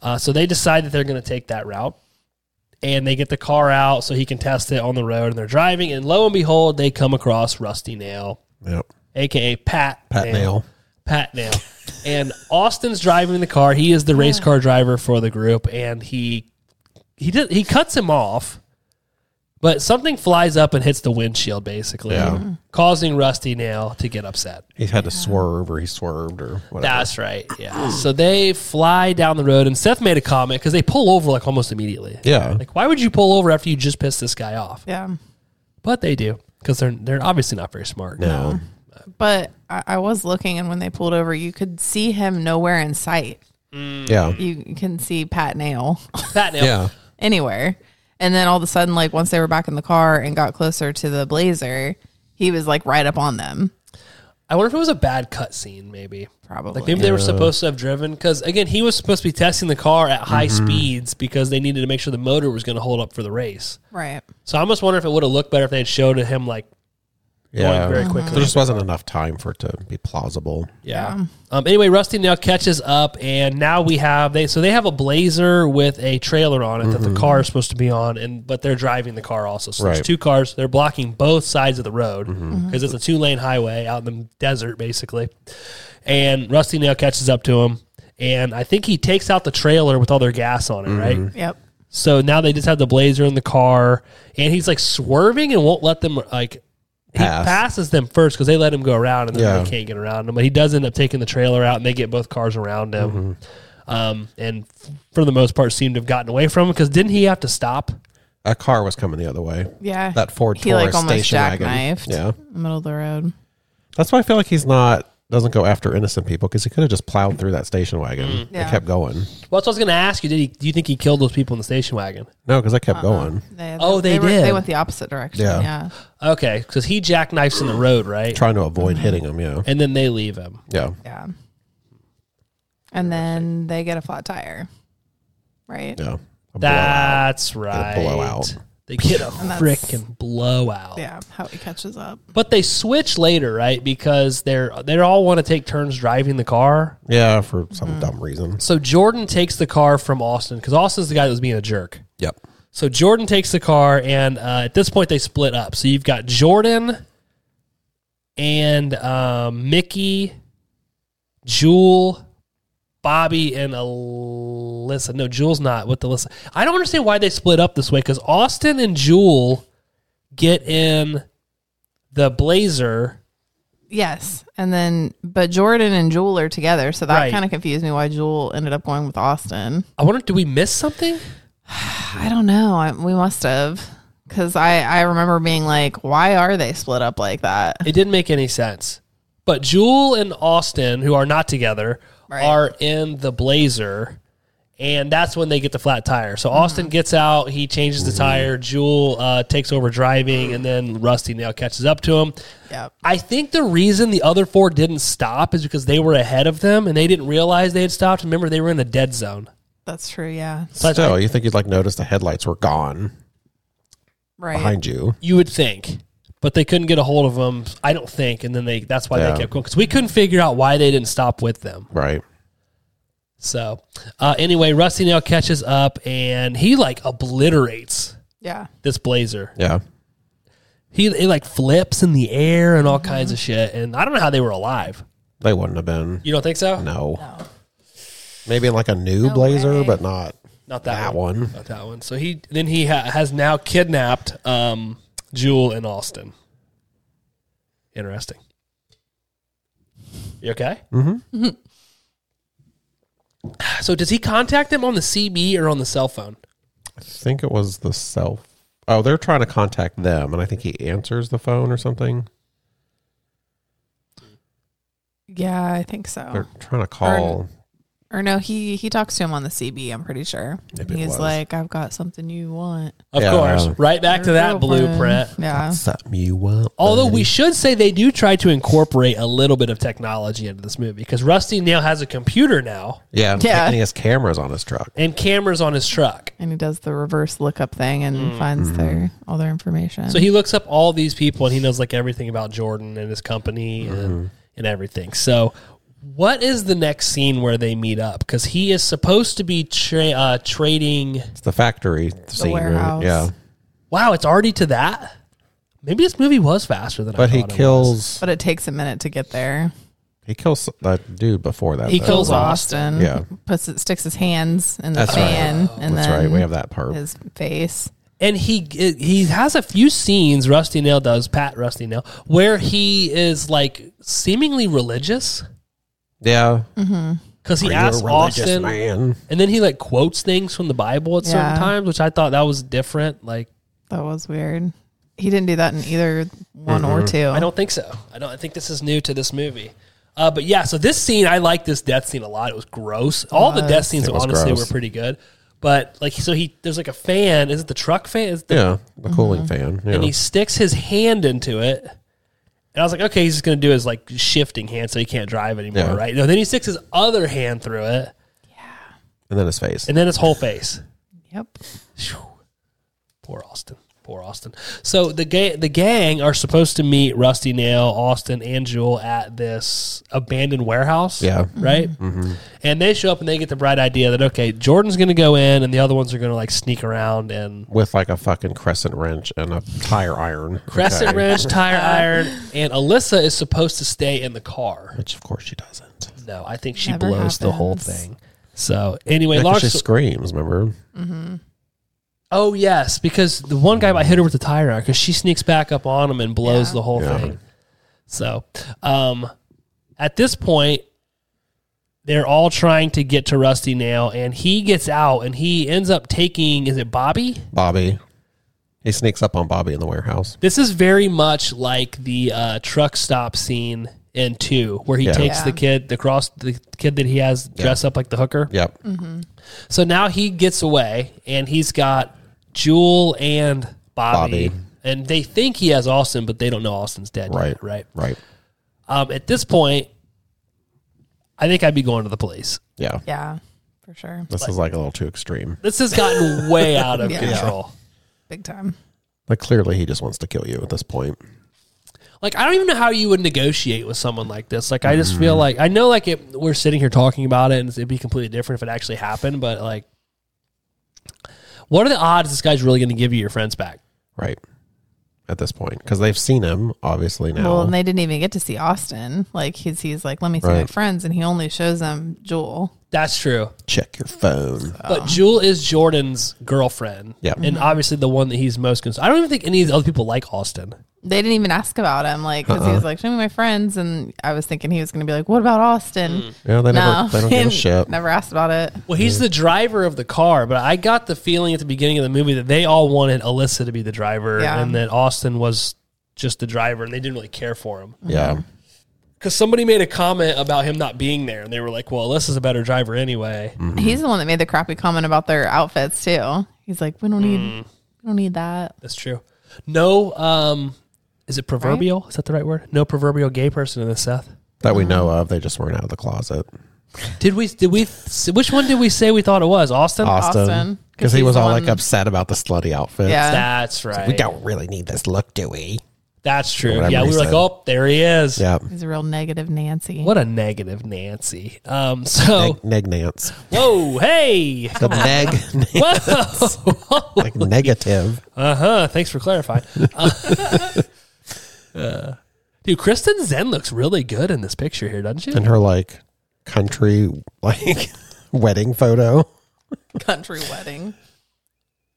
Speaker 2: Uh, so they decide that they're going to take that route, and they get the car out so he can test it on the road. And they're driving, and lo and behold, they come across Rusty Nail,
Speaker 6: Yep.
Speaker 2: aka Pat
Speaker 6: Pat Nail.
Speaker 2: Pat Nail. And Austin's driving the car. He is the race car driver for the group, and he he did he cuts him off, but something flies up and hits the windshield, basically,
Speaker 6: Yeah.
Speaker 2: causing Rusty Nail to get upset.
Speaker 6: He had to swerve or he swerved or whatever.
Speaker 2: That's right. Yeah. so they fly down the road, and Seth made a comment because they pull over like almost immediately.
Speaker 6: yeah.
Speaker 2: Like, why would you pull over after you just pissed this guy off?
Speaker 5: Yeah,
Speaker 2: But they do because they're they're obviously not very smart.
Speaker 6: no.
Speaker 5: but I, I was looking, and when they pulled over, you could see him nowhere in sight.
Speaker 6: Yeah.
Speaker 5: You can see Pat Nail
Speaker 2: Pat Nail.
Speaker 6: Yeah.
Speaker 5: anywhere, And then all of a sudden, like once they were back in the car and got closer to the blazer, he was like right up on them.
Speaker 2: I wonder if it was a bad cut scene, maybe.
Speaker 5: Probably.
Speaker 2: Like maybe they were supposed to have driven because again, he was supposed to be testing the car at high speeds because they needed to make sure the motor was going to hold up for the race.
Speaker 5: right.
Speaker 2: So I almost wonder if it would have looked better if they had showed him like
Speaker 6: Yeah,
Speaker 2: very quickly.
Speaker 6: There just wasn't enough time for it to be plausible.
Speaker 2: yeah. Um, anyway, Rusty now catches up, and now we have they so they have a blazer with a trailer on it that the car is supposed to be on, and but they're driving the car also. So
Speaker 6: Right.
Speaker 2: there's two cars. They're blocking both sides of the road because it's a two lane highway out in the desert basically. And Rusty now catches up to him. And I think he takes out the trailer with all their gas on it, right?
Speaker 5: Yep.
Speaker 2: So now they just have the blazer in the car, and he's like swerving and won't let them like. He
Speaker 6: Pass.
Speaker 2: passes them first because they let him go around, and then
Speaker 6: Yeah.
Speaker 2: they can't get around him. But he does end up taking the trailer out, and they get both cars around him.
Speaker 6: Mm-hmm.
Speaker 2: Um, and f- for the most part, seemed to have gotten away from him because didn't he have to stop?
Speaker 6: A car was coming the other way.
Speaker 5: Yeah.
Speaker 6: That Ford
Speaker 5: He like
Speaker 6: Taurus
Speaker 5: almost
Speaker 6: station wagon.
Speaker 5: jackknifed.
Speaker 6: Yeah,
Speaker 5: in the middle of the road.
Speaker 6: that's why I feel like he's not doesn't go after innocent people because he could have just plowed through that station wagon.
Speaker 5: Mm.
Speaker 6: It
Speaker 5: Yeah.
Speaker 6: kept going.
Speaker 2: Well, that's what I was going to ask you. Did he? Do you think he killed those people in the station wagon?
Speaker 6: No, because I kept
Speaker 5: Uh-huh.
Speaker 6: going.
Speaker 5: They,
Speaker 2: Oh, they
Speaker 5: were-
Speaker 2: did.
Speaker 5: They went the opposite direction.
Speaker 6: Yeah.
Speaker 5: Yeah.
Speaker 2: Okay, because he jackknifes in the road, right?
Speaker 6: Trying to avoid hitting him. Yeah,
Speaker 2: And then they leave him.
Speaker 6: yeah.
Speaker 5: Yeah. And then they get a flat tire. Right.
Speaker 6: Yeah. A blowout.
Speaker 2: That's right.
Speaker 6: blowout.
Speaker 2: They get a
Speaker 5: that's-
Speaker 2: freaking blowout.
Speaker 5: Yeah. How he catches up.
Speaker 2: But they switch later, right? Because they're they all want to take turns driving the car.
Speaker 6: Yeah, for some
Speaker 5: Mm.
Speaker 6: dumb reason.
Speaker 2: So Jordan takes the car from Austin because Austin's the guy that was being a jerk.
Speaker 6: Yep.
Speaker 2: So Jordan takes the car, and uh, at this point they split up. So you've got Jordan and um, Mickey, Jewel, Bobby, and Alyssa. No, Jewel's not with Alyssa. I don't understand why they split up this way because Austin and Jewel get in the Blazer.
Speaker 5: Yes. And then, but Jordan and Jewel are together. So that
Speaker 2: Right.
Speaker 5: kind of confused me why Jewel ended up going with Austin.
Speaker 2: I wonder, do we miss something?
Speaker 5: I don't know. I, we must have. Cause I, I remember being like, why are they split up like that?
Speaker 2: It didn't make any sense. But Jewel and Austin, who are not together,
Speaker 5: Right.
Speaker 2: are in the blazer, and that's when they get the flat tire. So Austin gets out, he changes the tire. Jewel uh, takes over driving, and then Rusty now catches up to him.
Speaker 5: Yep.
Speaker 2: I think the reason the other four didn't stop is because they were ahead of them and they didn't realize they had stopped. Remember, they were in a dead zone.
Speaker 5: That's true. Yeah.
Speaker 2: So that's-
Speaker 6: Still, you think you'd like notice the headlights were gone
Speaker 5: Right.
Speaker 6: behind you.
Speaker 2: you would think, but they couldn't get a hold of them. I don't think, and then they that's why
Speaker 6: Yeah.
Speaker 2: they kept going because we couldn't figure out why they didn't stop with them.
Speaker 6: Right.
Speaker 2: So, uh, anyway, Rusty now catches up and he like obliterates
Speaker 5: Yeah.
Speaker 2: this blazer.
Speaker 6: Yeah.
Speaker 2: He it like flips in the air and all kinds of shit. And I don't know how they were alive.
Speaker 6: They wouldn't have been.
Speaker 2: You don't think so?
Speaker 6: No. Maybe in like a new blazer,
Speaker 5: way.
Speaker 6: but not
Speaker 2: not that,
Speaker 6: that
Speaker 2: one.
Speaker 6: one.
Speaker 2: Not that one. So he then he ha- has now kidnapped um, Jewel and Austin. Interesting. You okay? Mm-hmm. So does he contact them on the CB or on the cell phone?
Speaker 6: I think it was the self. Oh, they're trying to contact them, and I think he answers the phone or something.
Speaker 5: Yeah. I think so.
Speaker 6: They're trying to call.
Speaker 5: or no, he, he talks to him on the CB. I'm pretty sure.
Speaker 6: If it
Speaker 5: He's
Speaker 6: was.
Speaker 5: like, I've got something you want.
Speaker 2: Of
Speaker 6: Yeah.
Speaker 2: course. Right back to
Speaker 5: Your
Speaker 2: that
Speaker 5: girlfriend.
Speaker 2: blueprint.
Speaker 5: Yeah.
Speaker 6: Something you want.
Speaker 2: Although we
Speaker 6: buddy.
Speaker 2: should say they do try to incorporate a little bit of technology into this movie because Rusty now has a computer now
Speaker 6: Yeah.
Speaker 5: Yeah.
Speaker 6: And he has cameras on his truck.
Speaker 2: and cameras on his truck.
Speaker 5: and he does the reverse lookup thing and finds their all their information.
Speaker 2: So he looks up all these people and he knows like everything about Jordan and his company
Speaker 6: Mm-hmm.
Speaker 2: and, and everything. So what is the next scene where they meet up? Because he is supposed to be tra- uh, trading.
Speaker 6: It's the factory scene. right?
Speaker 5: warehouse.
Speaker 6: Yeah.
Speaker 2: Wow, it's already to that. Maybe this movie was faster than I
Speaker 6: But
Speaker 2: thought.
Speaker 6: he
Speaker 2: it was.
Speaker 6: kills.
Speaker 5: but it takes a minute to get there.
Speaker 6: He kills that dude before that.
Speaker 2: He
Speaker 6: though.
Speaker 2: kills
Speaker 5: Pulls Austin.
Speaker 6: Yeah.
Speaker 5: Puts it, sticks his hands in the
Speaker 6: That's right.
Speaker 5: fan and
Speaker 6: That's
Speaker 5: then
Speaker 6: right. We have that part.
Speaker 5: his face.
Speaker 2: and he he has a few scenes. Rusty Nail does Pat Rusty Nail where he is like seemingly religious
Speaker 6: Yeah.
Speaker 2: because he
Speaker 6: You're a
Speaker 2: asks
Speaker 6: religious
Speaker 2: Austin.
Speaker 6: Man.
Speaker 2: And then he like quotes things from the Bible at
Speaker 5: Yeah.
Speaker 2: certain times, which I thought that was different. Like
Speaker 5: That was weird. He didn't do that in either one or two.
Speaker 2: I don't think so. I don't. I think this is new to this movie. Uh, but yeah, so this scene, I like this death scene a lot. It was gross. All the death scenes,
Speaker 6: It was
Speaker 2: honestly,
Speaker 6: gross.
Speaker 2: were pretty good. But like, so he there's like a fan. Is it the truck fan? Is it the,
Speaker 6: Yeah, the cooling fan. Yeah.
Speaker 2: Mm-hmm. And he sticks his hand into it. And I was like, okay, he's just gonna do his like shifting hand, so he can't drive anymore,
Speaker 6: Yeah.
Speaker 2: right? No, then he sticks his other hand through it,
Speaker 6: and then his face.
Speaker 2: and then his whole face.
Speaker 5: Yep.
Speaker 2: Phew. Poor Austin. Poor Austin. So the gang, the gang are supposed to meet Rusty Nail, Austin, and Jewel at this abandoned warehouse.
Speaker 6: Yeah. Mm-hmm.
Speaker 2: Right. And they show up and they get the bright idea that okay, Jordan's going to go in, and the other ones are going to like sneak around and
Speaker 6: with like a fucking crescent wrench and a tire iron.
Speaker 2: crescent
Speaker 6: Okay.
Speaker 2: wrench, tire iron, and Alyssa is supposed to stay in the car.
Speaker 6: Which of course she doesn't.
Speaker 2: No, I think she
Speaker 5: Never
Speaker 2: blows the whole
Speaker 5: happens.
Speaker 2: thing. So anyway,
Speaker 6: Yeah,
Speaker 2: long
Speaker 6: 'cause she
Speaker 2: sto-
Speaker 6: screams, remember?
Speaker 2: Oh yes, because the one guy might hit her with the tire iron because she sneaks back up on him and blows
Speaker 5: Yeah.
Speaker 2: the whole
Speaker 6: Yeah.
Speaker 2: thing. So, um, at this point, they're all trying to get to Rusty Nail, and he gets out and he ends up taking. Is it Bobby?
Speaker 6: Bobby. He sneaks up on Bobby in the warehouse.
Speaker 2: This is very much like the uh, truck stop scene in two, where he
Speaker 6: Yeah.
Speaker 2: takes the
Speaker 5: Yeah.
Speaker 2: kid, the cross, the kid that he has dress up like the hooker.
Speaker 6: Yep.
Speaker 5: Mm-hmm.
Speaker 2: So now he gets away, and he's got Jewel and Bobby,
Speaker 6: Bobby.
Speaker 2: and they think he has Austin, but they don't know Austin's dead. yet,
Speaker 6: Right.
Speaker 2: right.
Speaker 6: Right.
Speaker 2: Um, at this point, I think I'd be going to the police.
Speaker 6: Yeah.
Speaker 5: Yeah, for sure.
Speaker 6: This is like a little too extreme.
Speaker 2: This has gotten way out of
Speaker 5: Yeah.
Speaker 2: control.
Speaker 5: Big time.
Speaker 6: Like clearly he just wants to kill you at this point.
Speaker 2: Like I don't even know how you would negotiate with someone like this. Like I just
Speaker 6: Mm-hmm.
Speaker 2: feel like I know like it, we're sitting here talking about it, and it'd be completely different if it actually happened. But like, what are the odds this guy's really going to give you your friends back?
Speaker 6: Right. At this point. Because they've seen him, obviously now.
Speaker 5: Well, and they didn't even get to see Austin. Like he's he's like, let me see my
Speaker 6: Right.
Speaker 5: friends, and he only shows them Jewel.
Speaker 2: That's true.
Speaker 6: Check your phone.
Speaker 2: But Jewel is Jordan's girlfriend.
Speaker 6: Yeah.
Speaker 2: And obviously the one that he's most concerned. I don't even think any of the other people like Austin.
Speaker 5: They didn't even ask about him, like because he
Speaker 6: Uh-uh.
Speaker 5: was like, show me my friends, and I was thinking he was going to be like, what about Austin?
Speaker 6: Yeah, they never
Speaker 5: No,
Speaker 6: they don't give a shit.
Speaker 5: Never asked about it.
Speaker 2: Well, he's the driver of the car, but I got the feeling at the beginning of the movie that they all wanted Alyssa to be the driver
Speaker 5: Yeah.
Speaker 2: and that Austin was just the driver and they didn't really care for him.
Speaker 5: Mm-hmm.
Speaker 6: Yeah.
Speaker 2: Because somebody made a comment about him not being there and they were like, well, Alyssa's a better driver anyway.
Speaker 5: He's the one that made the crappy comment about their outfits too. He's like, we don't
Speaker 2: Mm.
Speaker 5: need, we don't need that.
Speaker 2: That's true. No, um, is it proverbial? Is that the right word? No proverbial gay person in this, Seth.
Speaker 6: That we
Speaker 5: Mm-hmm.
Speaker 6: know of. They just weren't out of the closet.
Speaker 2: Did we, did we, which one did we say we thought it was? Austin?
Speaker 6: Austin.
Speaker 5: Austin,
Speaker 6: Because he
Speaker 5: he's
Speaker 6: was
Speaker 5: the
Speaker 6: all
Speaker 5: one-
Speaker 6: like upset about the slutty outfit.
Speaker 5: Yeah.
Speaker 2: That's right.
Speaker 6: We don't really need this look, do we?
Speaker 2: That's true.
Speaker 6: Whatever
Speaker 2: Yeah,
Speaker 6: he
Speaker 2: we were like,
Speaker 6: said.
Speaker 2: oh, there he is.
Speaker 6: Yeah.
Speaker 5: He's a real negative Nancy.
Speaker 2: What a negative Nancy. Um, so,
Speaker 6: Neg, neg Nance.
Speaker 2: whoa, hey,
Speaker 6: The neg,
Speaker 2: whoa.
Speaker 6: like negative.
Speaker 2: Uh huh. Thanks for clarifying. Uh, uh, dude, Kristen Zen looks really good in this picture here, doesn't she?
Speaker 6: in her like country like wedding photo.
Speaker 5: country wedding?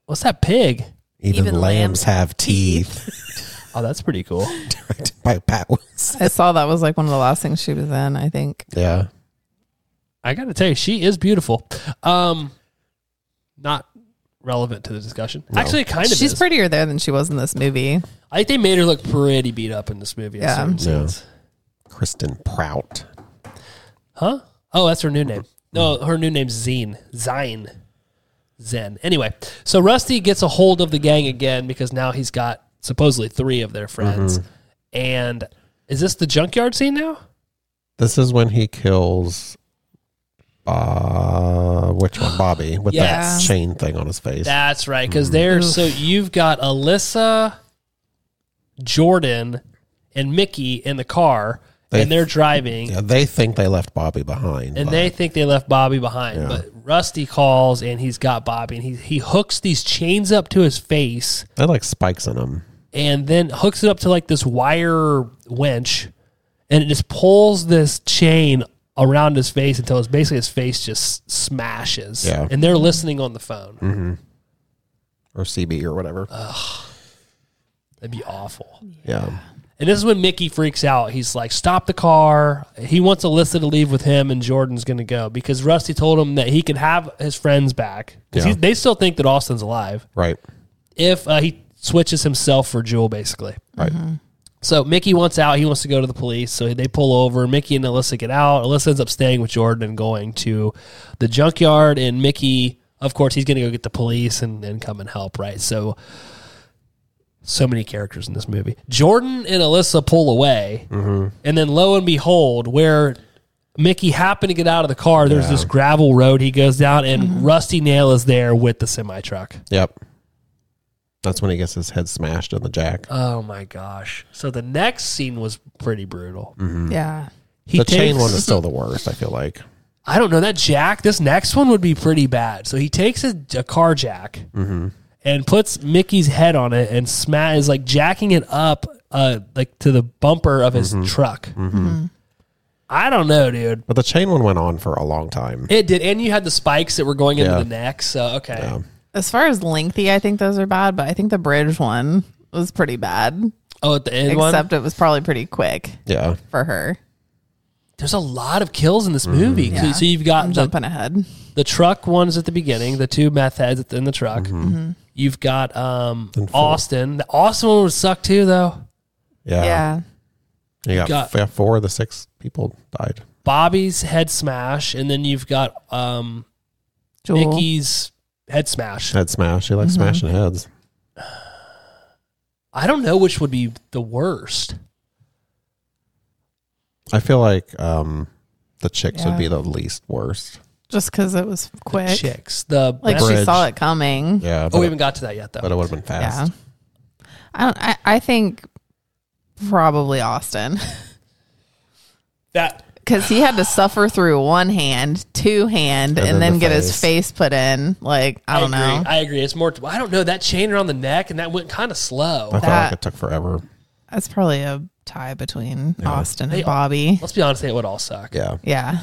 Speaker 2: What's that pig?
Speaker 6: Even,
Speaker 5: Even
Speaker 6: lambs
Speaker 5: lambs
Speaker 6: have teeth.
Speaker 2: Oh, that's pretty cool.
Speaker 6: Directed by Pat Wilson.
Speaker 5: I saw that was like one of the last things she was in. I think.
Speaker 6: Yeah.
Speaker 2: I got to tell you, she is beautiful. Um, not relevant to the discussion. Actually, it kind of
Speaker 5: She's
Speaker 2: is.
Speaker 5: prettier there than she was in this movie.
Speaker 2: I think they made her look pretty beat up in this movie. in
Speaker 5: Yeah.
Speaker 2: certain
Speaker 5: Yeah.
Speaker 2: scenes.
Speaker 6: Kristen Prout.
Speaker 2: Huh? Oh, that's her new name. No, her new name's Zine. Zine. Zen. Anyway, so Rusty gets a hold of the gang again because now he's got supposedly three of their friends.
Speaker 6: Mm-hmm.
Speaker 2: And is this the junkyard scene now?
Speaker 6: This is when he kills uh which one? Bobby with
Speaker 2: Yeah.
Speaker 6: that chain thing on his face.
Speaker 2: That's right,
Speaker 6: Mm-hmm.
Speaker 2: because they're so you've got Alyssa, Jordan, and Mickey in the car,
Speaker 6: They-
Speaker 2: and they're driving.
Speaker 6: yeah, they think they left Bobby behind.
Speaker 2: And
Speaker 6: but
Speaker 2: they think they left Bobby behind,
Speaker 6: Yeah.
Speaker 2: but Rusty calls and he's got Bobby and he, he hooks these chains up to his face
Speaker 6: they like spikes in him.
Speaker 2: and then hooks it up to like this wire winch and it just pulls this chain around his face until it's basically his face just smashes.
Speaker 6: Yeah. Mm.
Speaker 2: And they're listening on the phone.
Speaker 6: Or CB or whatever.
Speaker 2: Uh, That'd be awful.
Speaker 6: yeah.
Speaker 2: And this is when Mickey freaks out. He's like, stop the car. He wants Alyssa to leave with him and Jordan's going to go because Rusty told him that he can have his friends back. 'Cause he-
Speaker 6: Yeah.
Speaker 2: they still think that Austin's alive.
Speaker 6: Right.
Speaker 2: if uh, he switches himself for Jewel, basically.
Speaker 6: Right.
Speaker 2: Mm-hmm. So Mickey wants out. He wants to go to the police. So they pull over. Mickey and Alyssa get out. Alyssa ends up staying with Jordan and going to the junkyard. And Mickey of course, he's going to go get the police and, and come and help, right? So, so many characters in this movie. Jordan and Alyssa pull away,
Speaker 6: Mm-hmm.
Speaker 2: and then lo and behold, where Mickey happened to get out of the car, there's this gravel road he goes down, and Rusty Nail is there with the semi truck.
Speaker 6: Yep. That's when he gets his head smashed on the jack.
Speaker 2: Oh my gosh! So the next scene was pretty brutal.
Speaker 5: Yeah.
Speaker 2: He
Speaker 6: Mm. the chain
Speaker 2: takes-
Speaker 6: one is still the worst, I feel like.
Speaker 2: I don't know that jack. This next one would be pretty bad. So he takes a, a car jack
Speaker 6: Mm-hmm.
Speaker 2: and puts Mickey's head on it and sma is like jacking it up, uh, like to the bumper of
Speaker 6: Mm-hmm.
Speaker 2: his truck. Mm-hmm. I don't know, dude.
Speaker 6: But the chain one went on for a long time.
Speaker 2: It did, and you had the spikes that were going into
Speaker 6: Yeah.
Speaker 2: the neck. So okay,
Speaker 5: As far as lengthy, I think those are bad, but I think the bridge one was pretty bad.
Speaker 2: oh, at the end one.
Speaker 5: Except it was probably pretty quick
Speaker 6: Yeah.
Speaker 5: for her.
Speaker 2: There's a lot of kills in this
Speaker 6: Mm-hmm.
Speaker 2: movie. So-
Speaker 5: Yeah.
Speaker 2: So you've
Speaker 5: I'm
Speaker 2: got the
Speaker 5: jumping ahead.
Speaker 2: the truck ones at the beginning, the two meth heads in the truck.
Speaker 5: Mm-hmm.
Speaker 2: You've got um,
Speaker 6: Then Mm-hmm. four.
Speaker 2: Austin. The Austin one would suck too, though.
Speaker 6: Yeah.
Speaker 2: Oh.
Speaker 5: yeah.
Speaker 6: You got,
Speaker 2: Got-
Speaker 6: yeah, four of the six people died.
Speaker 2: Bobby's head smash, and then you've got um,
Speaker 5: Jewel.
Speaker 2: Mickey's head smash.
Speaker 6: Head smash. He likes
Speaker 5: Mm-hmm.
Speaker 6: smashing heads.
Speaker 2: I don't know which would be the worst.
Speaker 6: I feel like um, the chicks
Speaker 5: Yeah.
Speaker 6: would be the least worst.
Speaker 5: Just because it was quick.
Speaker 2: Chicks. The
Speaker 5: Like
Speaker 2: best-
Speaker 5: she
Speaker 6: Bridge.
Speaker 5: saw it coming.
Speaker 6: Yeah.
Speaker 2: oh,
Speaker 6: But,
Speaker 2: we
Speaker 6: it,
Speaker 2: haven't got to that yet, though.
Speaker 6: but it would have been
Speaker 5: Yeah.
Speaker 6: fast.
Speaker 5: I don't I, I think probably Austin.
Speaker 2: that
Speaker 5: Because he had to suffer through one hand, two hand, and,
Speaker 6: then
Speaker 5: then
Speaker 6: the
Speaker 5: get his
Speaker 6: face.
Speaker 5: face put in. Like, I don't
Speaker 2: agree.
Speaker 5: know.
Speaker 2: I agree. It's more. I don't know that chain around the neck, and that went kind of slow.
Speaker 6: I felt like
Speaker 5: That-
Speaker 6: it took forever.
Speaker 5: That's probably a tie between Austin
Speaker 2: They-
Speaker 5: and Bobby.
Speaker 2: Let's be honest, they would all suck.
Speaker 6: Yeah.
Speaker 5: Yeah.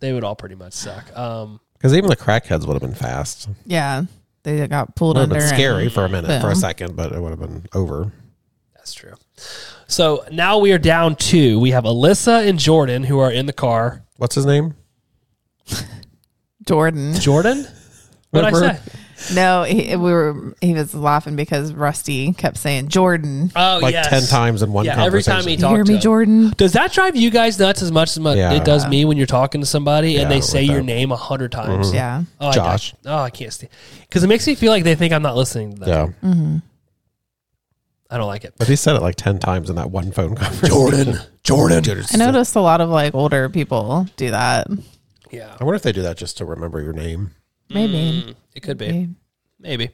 Speaker 2: They would all pretty much suck. Um,
Speaker 6: Because even the crackheads would have been fast.
Speaker 5: Yeah. They got pulled
Speaker 6: Would have
Speaker 5: under.
Speaker 6: been
Speaker 5: and-
Speaker 6: scary for a minute, for a
Speaker 5: boom.
Speaker 6: second, but it would have been over.
Speaker 2: That's true. So now we are down two. We have Alyssa and Jordan who are in the car.
Speaker 6: What's his name?
Speaker 5: Jordan.
Speaker 2: Jordan? What I say?
Speaker 6: Remember?
Speaker 5: No, he, we were. He was laughing because Rusty kept saying Jordan.
Speaker 2: Oh,
Speaker 6: Like
Speaker 2: yes.
Speaker 6: 10 times in one
Speaker 2: Yeah, every time he
Speaker 5: you
Speaker 6: conversation.
Speaker 2: talked
Speaker 5: hear
Speaker 2: to
Speaker 5: me,
Speaker 2: him.
Speaker 5: Jordan?
Speaker 2: Does that drive you guys nuts as much as much
Speaker 6: Yeah.
Speaker 2: it does me when you're talking to somebody
Speaker 6: Yeah,
Speaker 2: and they say
Speaker 6: like
Speaker 2: your
Speaker 6: that.
Speaker 2: name a hundred times?
Speaker 5: Yeah.
Speaker 2: Oh, I
Speaker 6: Josh.
Speaker 2: got- oh, I can't stand because it makes me feel like they think I'm not listening to them.
Speaker 6: Yeah.
Speaker 5: Mm.
Speaker 2: I don't like it.
Speaker 6: But he said it like 10 times in that one phone conversation.
Speaker 2: Jordan.
Speaker 5: I noticed a lot of like older people do that.
Speaker 2: Yeah,
Speaker 6: I wonder if they do that just to remember your name.
Speaker 5: Maybe.
Speaker 2: it could be. Maybe.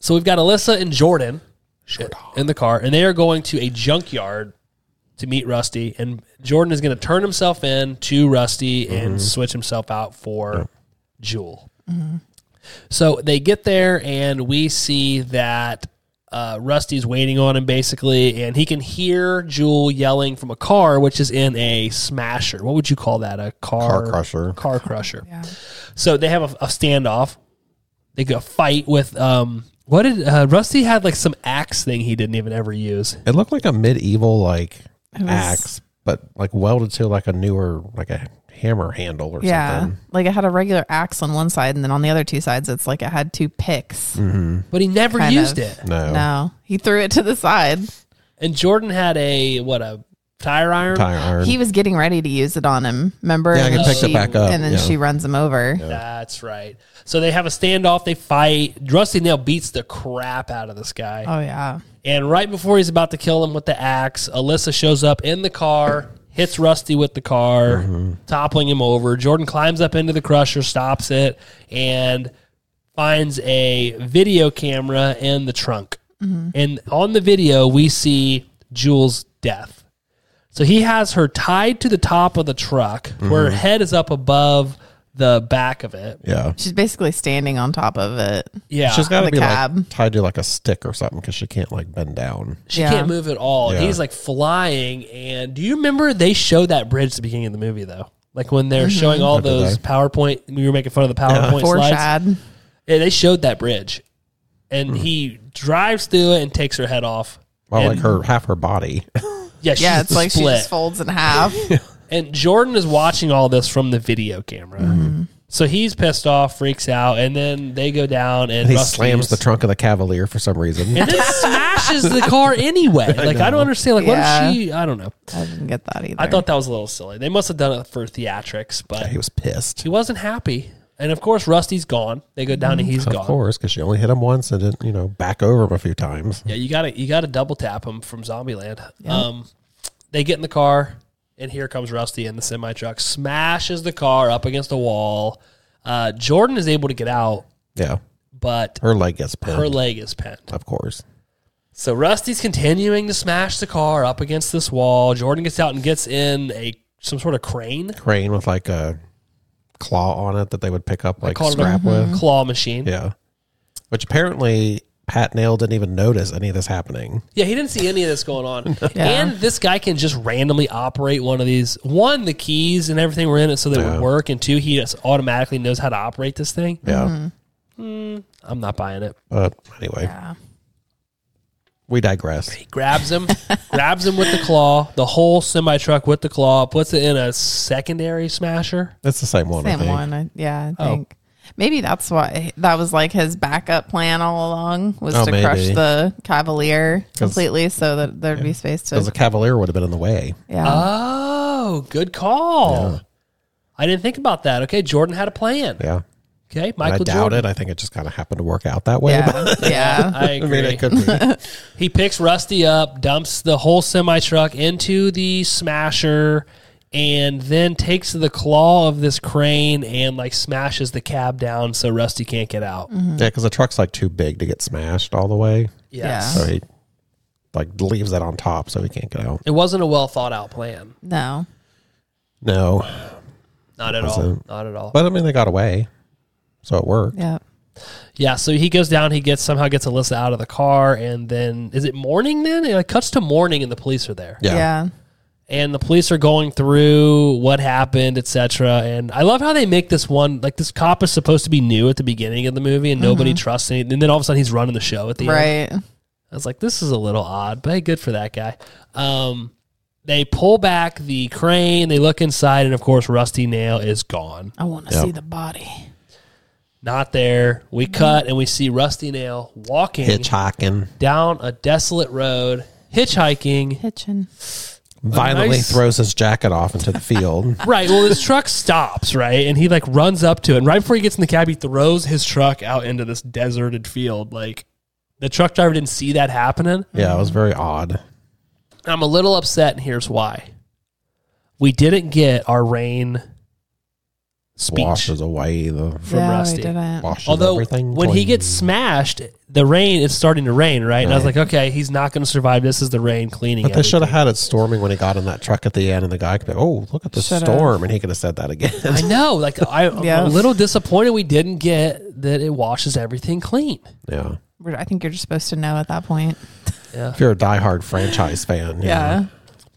Speaker 2: So we've got Alyssa and Jordan in the car, and they are going to a junkyard to meet Rusty. And Jordan is going to turn himself in to Rusty
Speaker 6: Mm-hmm.
Speaker 2: and switch himself out for Jewel.
Speaker 5: Mm-hmm.
Speaker 2: So they get there, and we see that uh, Rusty's waiting on him basically, and he can hear Jewel yelling from a car, which is in a smasher. What would you call that? A car,
Speaker 6: Car crusher.
Speaker 2: Car crusher. So they have a, a standoff. They go fight with um. What did uh, Rusty had like some axe thing he didn't even ever use?
Speaker 6: It looked like a medieval like
Speaker 5: was-
Speaker 6: axe, but like welded to like a newer like a hammer handle or
Speaker 5: Yeah.
Speaker 6: something.
Speaker 5: Like it had a regular axe on one side, and then on the other two sides, it's like it had two picks.
Speaker 6: Mm.
Speaker 2: But he never
Speaker 5: Kind
Speaker 2: used
Speaker 5: of.
Speaker 2: it.
Speaker 6: No.
Speaker 5: No, he threw it to the side.
Speaker 2: And Jordan had a what a tire iron.
Speaker 6: Tire iron.
Speaker 5: He was getting ready to use it on him. Remember?
Speaker 6: Yeah, I
Speaker 5: and
Speaker 6: can
Speaker 5: then
Speaker 6: pick it
Speaker 5: she-
Speaker 6: back up,
Speaker 5: And then
Speaker 6: yeah.
Speaker 5: she runs him over.
Speaker 2: That's right. So they have a standoff. They fight. Rusty Nail beats the crap out of this guy.
Speaker 5: Oh yeah.
Speaker 2: And right before he's about to kill him with the axe, Alyssa shows up in the car, hits Rusty with the car, toppling him over. Jordan climbs up into the crusher, stops it, and finds a video camera in the trunk. And on the video, we see Jules' death. So he has her tied to the top of the truck, where her head is up above the back of it.
Speaker 6: yeah.
Speaker 5: She's basically standing on top of it.
Speaker 2: Yeah.
Speaker 6: She's
Speaker 5: on
Speaker 6: got to
Speaker 5: the
Speaker 6: be like
Speaker 5: cab.
Speaker 6: tied to like a stick or something because she can't like bend down.
Speaker 2: She
Speaker 5: Yeah.
Speaker 2: can't move at all. And
Speaker 6: Yeah.
Speaker 2: He's like flying. And do you remember they showed that bridge at the beginning of the movie though? Like when
Speaker 5: Mm-hmm.
Speaker 2: they're showing all
Speaker 6: Oh, did
Speaker 2: those
Speaker 6: they?
Speaker 2: PowerPoint, we were making fun of the PowerPoint
Speaker 5: Poor
Speaker 2: slides.
Speaker 5: Shad.
Speaker 2: Yeah, they showed that bridge, and
Speaker 6: Mm-hmm.
Speaker 2: he drives through it and takes her head off.
Speaker 6: Well,
Speaker 2: and,
Speaker 6: like her half her body.
Speaker 2: yeah, she's
Speaker 5: Yeah, it's like she
Speaker 2: split.
Speaker 5: just folds in half.
Speaker 2: And Jordan is watching all this from the video camera,
Speaker 6: Mm-hmm.
Speaker 2: so he's pissed off, freaks out, and then they go down and,
Speaker 6: And he
Speaker 2: Rusty
Speaker 6: slams
Speaker 2: is-
Speaker 6: the trunk of the Cavalier for some reason.
Speaker 2: and then smashes the car anyway. Like I, don't understand. Like what
Speaker 5: Yeah.
Speaker 2: if she? I don't know.
Speaker 5: I didn't get that either.
Speaker 2: I thought that was a little silly. They must have done it for theatrics, but
Speaker 6: he was pissed.
Speaker 2: he wasn't happy And of course, Rusty's gone. They go down and he's
Speaker 6: Mm, Of
Speaker 2: gone.
Speaker 6: course, because you only hit him once and didn't, you know, back over him a few times.
Speaker 2: Yeah, you gotta you gotta double tap him from Zombieland. Um, they get in the car, and here comes Rusty in the semi truck, smashes the car up against a wall. Uh, Jordan is able to get out,
Speaker 6: Yeah.
Speaker 2: but
Speaker 6: Her leg gets pinned.
Speaker 2: her leg is pinned.
Speaker 6: Of course.
Speaker 2: So Rusty's continuing to smash the car up against this wall. Jordan gets out and gets in a some sort of crane,
Speaker 6: Crane with like a claw on it that they would pick up, like
Speaker 2: call it a- Mm-hmm.
Speaker 5: Mm-hmm.
Speaker 6: strap with.
Speaker 2: claw machine. Yeah.
Speaker 6: Yeah. Which apparently Pat Nail didn't even notice any of this happening.
Speaker 2: he didn't see any of this going on.
Speaker 5: Yeah.
Speaker 2: And this guy can just randomly operate one of these. One, the keys and everything were in it, so they
Speaker 6: Yeah.
Speaker 2: would work. And two, he just automatically knows how to operate this thing. Mm,
Speaker 6: Yeah.
Speaker 2: I'm not buying it.
Speaker 6: But anyway,
Speaker 5: Mm-hmm. Yeah.
Speaker 6: we digress.
Speaker 2: He grabs him, grabs him with the claw, the whole semi truck with the claw, puts it in a secondary smasher.
Speaker 6: It's the same one, I
Speaker 5: Same
Speaker 6: think.
Speaker 5: one. I, yeah,
Speaker 2: Oh.
Speaker 5: I think. Maybe that's why that was like his backup plan all along was
Speaker 6: Oh,
Speaker 5: to crush
Speaker 6: maybe.
Speaker 5: the Cavalier
Speaker 6: 'Cause-
Speaker 5: completely so that there'd be space
Speaker 6: Because the
Speaker 5: to.
Speaker 6: Cavalier would have been in the way.
Speaker 5: Yeah.
Speaker 2: Oh, good call. I didn't think about that. Okay, Jordan had a plan.
Speaker 6: Yeah.
Speaker 2: Okay,
Speaker 6: And I
Speaker 2: Michael
Speaker 6: doubt
Speaker 2: Jordan.
Speaker 6: it. I think it just kind of happened to work out that way. but-
Speaker 5: yeah. yeah.
Speaker 2: I
Speaker 6: I
Speaker 2: agree.
Speaker 6: mean, it could be.
Speaker 2: He picks Rusty up, dumps the whole semi truck into the smasher, and then takes the claw of this crane and like smashes the cab down so Rusty can't get out.
Speaker 6: Yeah, because the truck's like too big to get smashed all the way.
Speaker 2: Yes.
Speaker 6: So he like leaves that on top so he can't get out.
Speaker 2: It wasn't a well thought out plan.
Speaker 5: No.
Speaker 6: No.
Speaker 2: Not at all.
Speaker 6: Wasn't.
Speaker 2: Not at all.
Speaker 6: But I mean, they got away. So it worked.
Speaker 5: Yeah.
Speaker 2: Yeah, so he goes down. He gets somehow gets Alyssa out of the car, and then is it morning? Then it like, cuts to morning, and the police are there,
Speaker 5: Yeah.
Speaker 2: and the police are going through what happened, etc. And I love how they make this one like this cop is supposed to be new at the beginning of the movie, and nobody trusts him, and then all of a sudden he's running the show at the end.
Speaker 5: Right.
Speaker 2: I was like, this is a little odd, but hey, good for that guy. Um, they pull back the crane, they look inside, and of course, Rusty Nail is gone.
Speaker 5: I want to
Speaker 6: Yep.
Speaker 5: see the body.
Speaker 2: Not there. We cut and we see Rusty Nail walking.
Speaker 6: Hitchhiking.
Speaker 2: down a desolate road, hitchhiking.
Speaker 5: Hitchin.
Speaker 6: Violently
Speaker 2: nice-
Speaker 6: throws his jacket off into the field.
Speaker 2: Right. Well, his truck stops, right? And he like runs up to it. And right before he gets in the cab, he throws his truck out into this deserted field. Like the truck driver didn't see that happening.
Speaker 6: yeah, it was very odd.
Speaker 2: I'm a little upset, and here's why. We didn't get our rain speech.
Speaker 6: Washes away the
Speaker 2: From
Speaker 5: yeah,
Speaker 2: Rusty.
Speaker 5: We didn't.
Speaker 6: washes
Speaker 2: Although
Speaker 6: everything.
Speaker 2: when he
Speaker 6: clean.
Speaker 2: gets smashed, the rain it's starting to rain, right? And I was like, okay, he's not going to survive. This is the rain cleaning.
Speaker 6: But they should have
Speaker 2: everything.
Speaker 6: had it storming when he got in that truck at the end, and the guy could be, "Oh, look at the
Speaker 5: Should've.
Speaker 6: storm," and he could have said that again.
Speaker 2: I know. Like I, I'm
Speaker 5: Yeah.
Speaker 2: a little disappointed we didn't get that it washes everything clean.
Speaker 6: yeah,
Speaker 5: We're- I think you're just supposed to know at that point.
Speaker 6: if you're a diehard franchise fan, yeah,
Speaker 5: Yeah.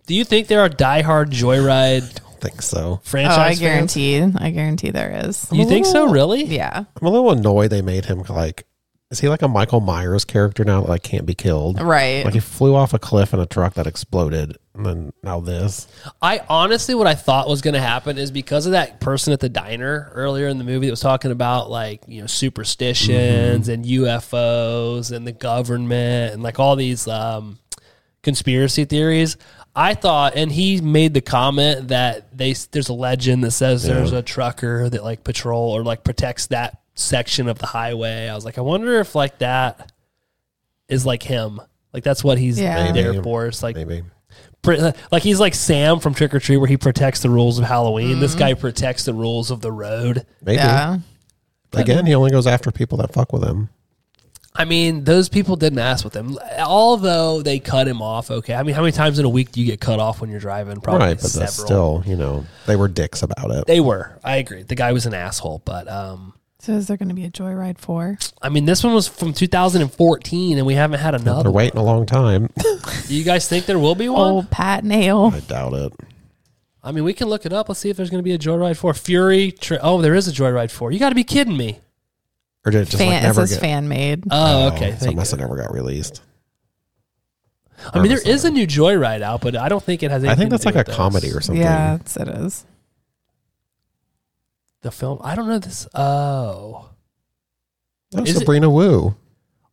Speaker 2: Do you think there are diehard Joyride
Speaker 6: I think so.
Speaker 5: Oh, I
Speaker 2: franchise? fans?
Speaker 5: guarantee. I guarantee there is.
Speaker 2: You think so? Really?
Speaker 5: Yeah.
Speaker 6: I'm a little annoyed they made him like. Is he like a Michael Myers character now that like can't be killed?
Speaker 5: Right.
Speaker 6: Like he flew off a cliff in a truck that exploded, and then now this.
Speaker 2: I honestly, what I thought was going to happen is because of that person at the diner earlier in the movie that was talking about like you know superstitions and UFOs and the government and like all these um, conspiracy theories. I thought, and he made the comment that they there's a legend that says there's a trucker that like patrol or like protects that section of the highway. I was like, I wonder if like that is like him. Like that's what he's
Speaker 5: Yeah.
Speaker 2: there
Speaker 6: Maybe.
Speaker 2: for. It's like
Speaker 6: Maybe
Speaker 2: pr- uh, like he's like Sam from Trick or Treat, where he protects the rules of Halloween. This guy protects the rules of the road.
Speaker 6: maybe
Speaker 5: Yeah.
Speaker 6: again he only goes after people that fuck with him.
Speaker 2: I mean, those people didn't ask with him, although they cut him off. Okay, I mean, how many times in a week do you get cut off when you're driving? Probably
Speaker 6: right, but
Speaker 2: several.
Speaker 6: that's still you know they were dicks about it.
Speaker 2: they were. I agree. The guy was an asshole, but um,
Speaker 5: So is there going to be a Joyride four?
Speaker 2: I mean, this one was from 2014, and we haven't had another.
Speaker 6: They're
Speaker 2: one.
Speaker 6: waiting a long time.
Speaker 2: Do you guys think there will be one?
Speaker 6: Oh.
Speaker 5: Old Pat Nail.
Speaker 6: I doubt it.
Speaker 2: I mean, we can look it up. Let's see if there's going to be a Joyride Four. Fury. Tri- oh, there is a Joyride Four. You got to be kidding me.
Speaker 6: Or did it just like
Speaker 5: Fan, it
Speaker 6: never
Speaker 5: says
Speaker 6: get?
Speaker 5: fan made.
Speaker 2: Oh, okay.
Speaker 6: So it
Speaker 2: Thank
Speaker 6: must
Speaker 2: you.
Speaker 6: have never got released.
Speaker 2: I mean, there is a new Joyride out, but I don't think it has.
Speaker 6: I
Speaker 2: Anything
Speaker 6: think that's
Speaker 2: to
Speaker 6: like
Speaker 2: do
Speaker 6: a
Speaker 2: with those.
Speaker 6: comedy or something.
Speaker 5: yeah, it's, it is.
Speaker 2: The film. I don't know this. Oh,
Speaker 6: Oh,
Speaker 2: Is it-
Speaker 6: Sabrina Wu.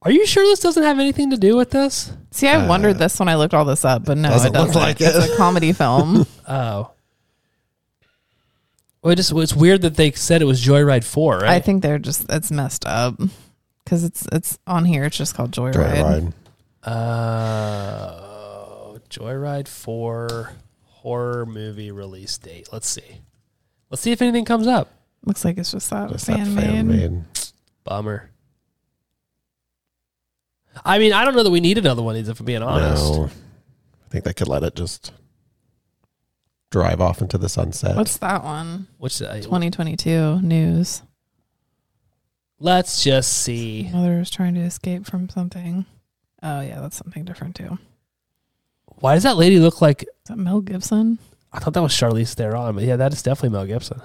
Speaker 2: are you sure this doesn't have anything to do with this?
Speaker 5: See, I
Speaker 6: Uh,
Speaker 5: wondered this when I looked all this up, but no,
Speaker 6: doesn't
Speaker 5: it
Speaker 6: look
Speaker 5: doesn't.
Speaker 6: like
Speaker 5: it's
Speaker 6: it.
Speaker 5: a comedy film.
Speaker 2: Oh, Well, it just it's weird that they said it was Joyride Four, right?
Speaker 5: I think they're just that's messed up because it's it's on here. It's just called Joyride.
Speaker 6: Joyride.
Speaker 2: Uh, Joyride 4 horror movie release date. Let's see. Let's see if anything comes up.
Speaker 5: Looks like it's just that
Speaker 6: That's that
Speaker 5: fan made.
Speaker 6: fan made.
Speaker 2: Bummer. I mean, I don't know that we need another one of these, if I'm being honest.
Speaker 6: No, I think they could let it just drive off into the sunset.
Speaker 5: What's that one?
Speaker 2: Which, uh,
Speaker 5: 2022 news.
Speaker 2: let's just see.
Speaker 5: Mother is trying to escape from something. Oh yeah, that's something different too.
Speaker 2: Why does that lady look like.
Speaker 5: Is that Mel Gibson?
Speaker 2: I thought that was Charlize Theron, but yeah, that is definitely Mel Gibson.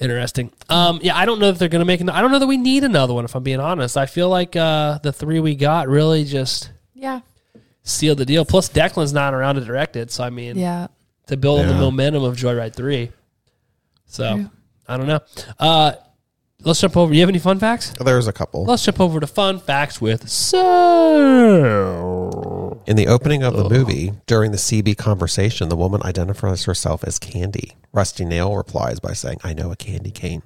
Speaker 2: Interesting. Um, yeah, I don't know that they're going to make. An, I don't know that we need another one. If I'm being honest, I feel like uh, the three we got really just
Speaker 5: Yeah.
Speaker 2: seal the deal. Plus, Declan's not around to direct it, so I mean,
Speaker 5: Yeah.
Speaker 2: to build on the
Speaker 6: Yeah.
Speaker 2: momentum of Joyride Three. So
Speaker 5: True.
Speaker 2: I don't know. Uh, let's jump over. You have any fun facts?
Speaker 6: Oh, There's a couple.
Speaker 2: Let's jump over to fun facts with so.
Speaker 6: In the opening of the movie, during the CB conversation, the woman identifies herself as Candy. Rusty Nail replies by saying, I know a candy cane,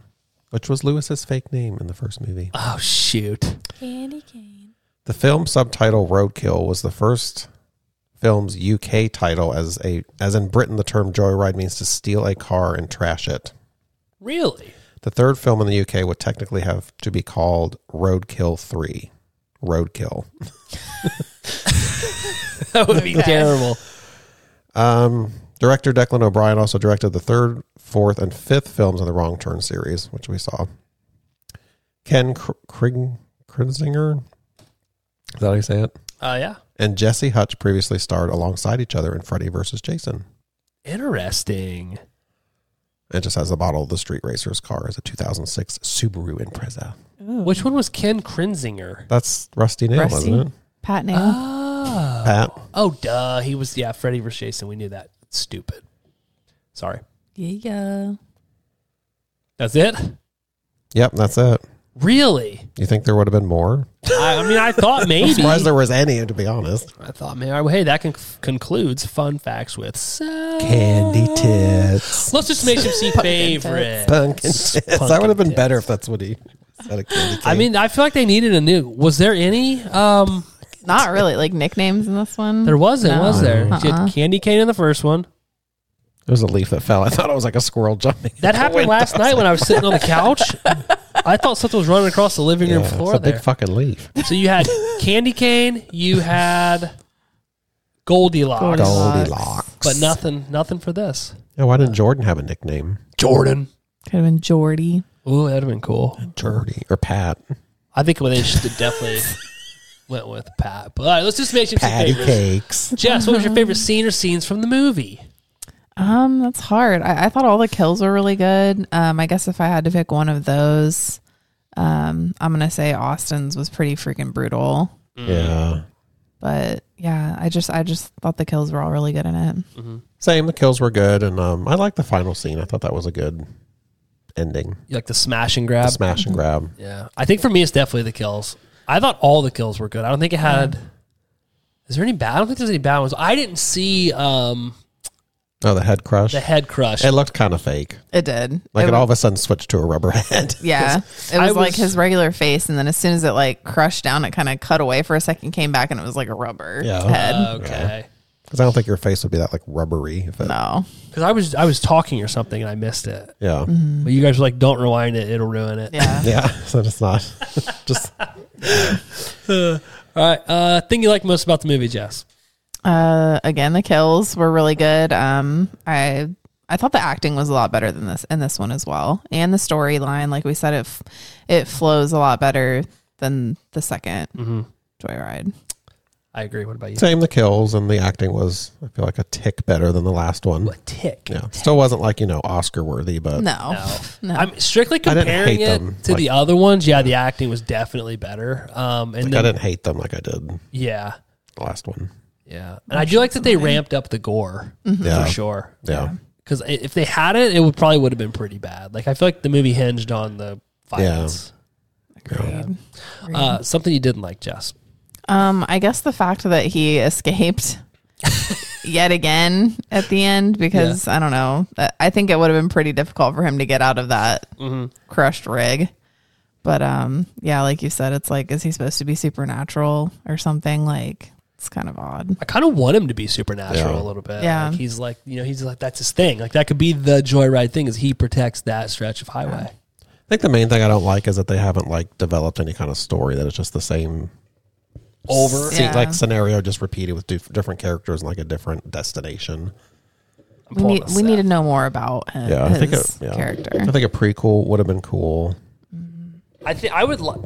Speaker 6: which was Lewis's fake name in the first movie.
Speaker 2: Oh shoot!
Speaker 3: Candy cane.
Speaker 6: The film subtitle Roadkill was the first film's UK title as a as in Britain the term joyride means to steal a car and trash it.
Speaker 2: Really?
Speaker 6: The third film in the UK would technically have to be called Roadkill 3. Roadkill.
Speaker 2: That would be terrible.
Speaker 6: Um, director Declan O'Brien also directed the third, fourth, and fifth films in the Wrong Turn series, which we saw. Ken Kr- Kring- Krinzinger, is that how you say it?
Speaker 2: Uh, yeah.
Speaker 6: And Jesse Hutch previously starred alongside each other in Freddy vs. Jason.
Speaker 2: Interesting.
Speaker 6: It just has the bottle of the Street Racer's car as a 2006 Subaru Impreza.
Speaker 2: Which one was Ken Krinzinger?
Speaker 6: That's Rusty Nail,
Speaker 5: Rusty.
Speaker 6: isn't it?
Speaker 5: Pat Nail.
Speaker 2: Oh.
Speaker 6: Uh, Pat.
Speaker 2: Oh, duh. He was yeah. Freddy vs. Jason. We knew that. Stupid. Sorry.
Speaker 5: yeah.
Speaker 2: That's it.
Speaker 6: Yep, that's it.
Speaker 2: Really?
Speaker 6: You think there would have been more?
Speaker 2: I, I mean, I thought maybe.
Speaker 6: Surprised there was any, to be honest.
Speaker 2: I thought, man, well, hey, that con- concludes fun facts with Seth.
Speaker 6: Candy tits.
Speaker 2: Let's just make some see favorite.
Speaker 6: Pumpkin tits. that would have been better if that's what he said. A candy
Speaker 2: I
Speaker 6: cane.
Speaker 2: mean, I feel like they needed a new. Was there any? Um,
Speaker 5: Not really like nicknames in this one.
Speaker 2: there wasn't,
Speaker 5: No.
Speaker 2: was there? She had
Speaker 5: Uh-uh.
Speaker 2: candy cane in the first one.
Speaker 6: There was a leaf that fell. I thought it was like a squirrel jumping.
Speaker 2: That happened last night when I was sitting on the couch. I thought something was running across the living room floor
Speaker 6: it's a
Speaker 2: there.
Speaker 6: big fucking leaf.
Speaker 2: so you had candy cane, you had Goldilocks,
Speaker 5: Goldilocks.
Speaker 6: Goldilocks.
Speaker 2: but nothing, nothing for this.
Speaker 6: Yeah, why didn't Jordan have a nickname?
Speaker 2: Jordan.
Speaker 5: Could have been Jordy.
Speaker 2: Ooh, that'd have been cool.
Speaker 6: Jordy or Pat.
Speaker 2: I think they should have definitely went with Pat. But all right, let's just make some
Speaker 6: Patty
Speaker 2: favorites.
Speaker 6: cakes.
Speaker 2: Jess, what was your favorite scene or scenes from the movie?
Speaker 5: Um, that's hard. I, I thought all the kills were really good. Um, I guess if I had to pick one of those, um, I'm gonna say Austin's was pretty freaking brutal.
Speaker 2: Hmm.
Speaker 6: Yeah.
Speaker 5: But yeah, I just I just thought the kills were all really good in it.
Speaker 6: Same. The kills were good, and um, I liked the final scene. I thought that was a good ending.
Speaker 2: You like the smash and
Speaker 6: The
Speaker 2: grab?
Speaker 6: smash and grab.
Speaker 2: yeah. I think for me, it's definitely the kills. I thought all the kills were good. I don't think it had. Is there any bad? I don't think there's any bad ones. I didn't see um,
Speaker 6: Oh, the head crush.
Speaker 2: the head crush.
Speaker 6: it looked kind of fake.
Speaker 5: It did.
Speaker 6: Like it,
Speaker 5: wa-
Speaker 6: all of a sudden switched to a rubber head.
Speaker 5: Yeah, it was,
Speaker 2: I
Speaker 5: like
Speaker 2: was-
Speaker 5: his regular face, and then as soon as it like crushed down, it kind of cut away for a second, came back, and it was like a rubber
Speaker 6: Yeah.
Speaker 5: head.
Speaker 2: Oh, okay.
Speaker 6: Because I don't think your face would be that like rubbery. If it,
Speaker 5: no,
Speaker 2: Because I was I was talking or something and I missed it.
Speaker 6: Yeah.
Speaker 2: But you guys were like, "Don't rewind it; it'll ruin it."
Speaker 5: yeah,
Speaker 6: Yeah. So it's not. just
Speaker 2: All right. Uh, thing you like most about the movie, Jess?
Speaker 5: Uh, again, the kills were really good. Um, I I thought the acting was a lot better than this in this one as well, and the storyline, like we said, it f- it flows a lot better than the 2nd
Speaker 6: Mm-hmm.
Speaker 5: Joyride.
Speaker 2: I agree. What about you?
Speaker 6: same. The kills and the acting was, I feel like, a tick better than the last one.
Speaker 2: A tick.
Speaker 6: Yeah. Still wasn't like, you know, Oscar worthy, but
Speaker 5: No, no,
Speaker 2: I'm strictly
Speaker 6: didn't
Speaker 2: comparing
Speaker 6: hate
Speaker 2: it
Speaker 6: them,
Speaker 2: to the other ones. Yeah, the acting was definitely better. Um, and
Speaker 6: like, I
Speaker 2: then
Speaker 6: didn't hate them like I did the
Speaker 2: yeah,
Speaker 6: last one.
Speaker 2: yeah, and I do like that they ramped up the gore
Speaker 6: Yeah.
Speaker 2: for sure.
Speaker 6: Yeah.
Speaker 2: because if they had it, it would probably would have been pretty bad. Like I feel like the movie hinged on the violence.
Speaker 5: Agreed. Agreed.
Speaker 2: Uh, something you didn't like, Jess.
Speaker 5: Um, I guess the fact that he escaped yet again at the end because I don't know. I- I think it would have been pretty difficult for him to get out of that
Speaker 2: Mm-hmm.
Speaker 5: crushed rig. But um, yeah, like you said, it's like is he supposed to be supernatural or something? Like it's kind of odd.
Speaker 2: I kind of want him to be supernatural
Speaker 6: Yeah.
Speaker 2: a little bit.
Speaker 5: Yeah.
Speaker 2: Like, he's like, you know, he's like that's his thing. Like that could be the joyride thing is he protects that stretch of highway.
Speaker 6: I think the main thing I don't like is that they haven't like developed any kind of story that is just the same
Speaker 2: Over.
Speaker 6: se-
Speaker 5: Yeah.
Speaker 6: like scenario just repeated with dif- different characters and like a different destination.
Speaker 2: I'm
Speaker 5: We
Speaker 2: pulling
Speaker 5: need
Speaker 2: this
Speaker 5: we
Speaker 2: out.
Speaker 5: need to know more about him,
Speaker 6: Yeah, I
Speaker 5: his
Speaker 6: think it, yeah.
Speaker 5: character.
Speaker 6: I think a prequel would have been cool.
Speaker 2: I think I would like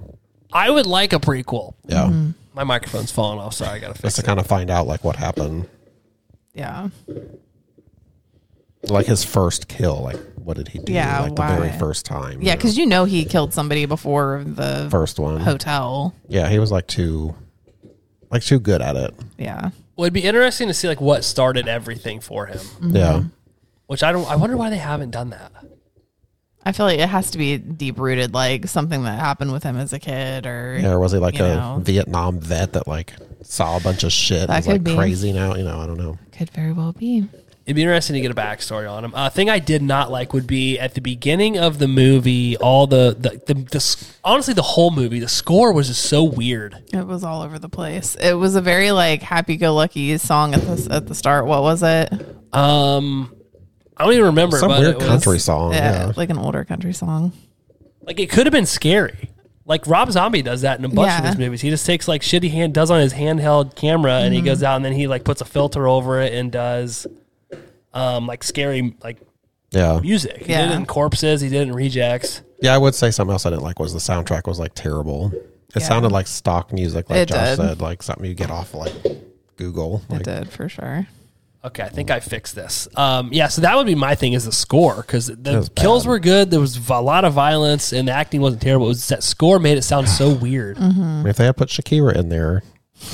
Speaker 2: I would like a prequel.
Speaker 6: Yeah,
Speaker 2: My microphone's falling off. Sorry, I gotta
Speaker 6: just
Speaker 2: fix
Speaker 5: Mm-hmm.
Speaker 6: to
Speaker 2: it.
Speaker 6: kind of find out like what happened,
Speaker 5: Yeah,
Speaker 6: like his first kill. Like what did he do?
Speaker 5: Yeah,
Speaker 6: like
Speaker 5: why?
Speaker 6: the very first time.
Speaker 5: yeah,
Speaker 6: you know,
Speaker 5: because you know he killed somebody before the
Speaker 6: first one.
Speaker 5: hotel.
Speaker 6: Yeah, he was like too, like too good at it.
Speaker 5: Yeah,
Speaker 2: Well, it'd be interesting to see like what started everything for him.
Speaker 5: Mm-hmm.
Speaker 6: Yeah,
Speaker 2: Which I don't. I wonder why they haven't done that.
Speaker 5: I feel like it has to be deep rooted, like something that happened with him as a kid, or
Speaker 6: yeah. Or was he like
Speaker 5: You
Speaker 6: a
Speaker 5: know.
Speaker 6: Vietnam vet that like saw a bunch of shit?
Speaker 5: That
Speaker 6: and was like
Speaker 5: could be.
Speaker 6: crazy now. You know, I don't know.
Speaker 5: could very well be.
Speaker 2: It'd be interesting to get a backstory on him. A thing I did not like would be at the beginning of the movie. All the the, the, the s- honestly the whole movie. The score was just so weird.
Speaker 5: It was all over the place. It was a very like happy-go-lucky song at the at the start. What was it?
Speaker 6: Oh,
Speaker 2: Um, I don't even remember.
Speaker 6: Some
Speaker 2: but
Speaker 6: weird
Speaker 2: it was-
Speaker 6: country song.
Speaker 5: Yeah,
Speaker 6: Yeah.
Speaker 5: like an older country song.
Speaker 2: Like it could have been scary. Like Rob Zombie does that in a bunch of
Speaker 5: Yeah. Mm-hmm.
Speaker 2: his movies. He just takes like shit he hand does on his handheld camera, and he goes out and then he like puts a filter over it and does, um, like scary like
Speaker 6: yeah.
Speaker 2: music. He did
Speaker 5: Yeah.
Speaker 2: it in Corpses. He did it in Rejects.
Speaker 6: Yeah, I would say something else I didn't like was the soundtrack was like terrible. It
Speaker 5: Yeah.
Speaker 6: sounded like stock music, like
Speaker 5: It
Speaker 6: Josh
Speaker 5: did.
Speaker 6: said, like something you get off like Google.
Speaker 5: it
Speaker 6: Like,
Speaker 5: did for sure.
Speaker 2: Okay, I think I fixed this. Um, yeah, so that would be my thing is the score because the
Speaker 6: was bad.
Speaker 2: kills were good. There was v- a lot of violence and the acting wasn't terrible. It was that score made it sound so weird.
Speaker 6: I mean, if they had put Shakira in there,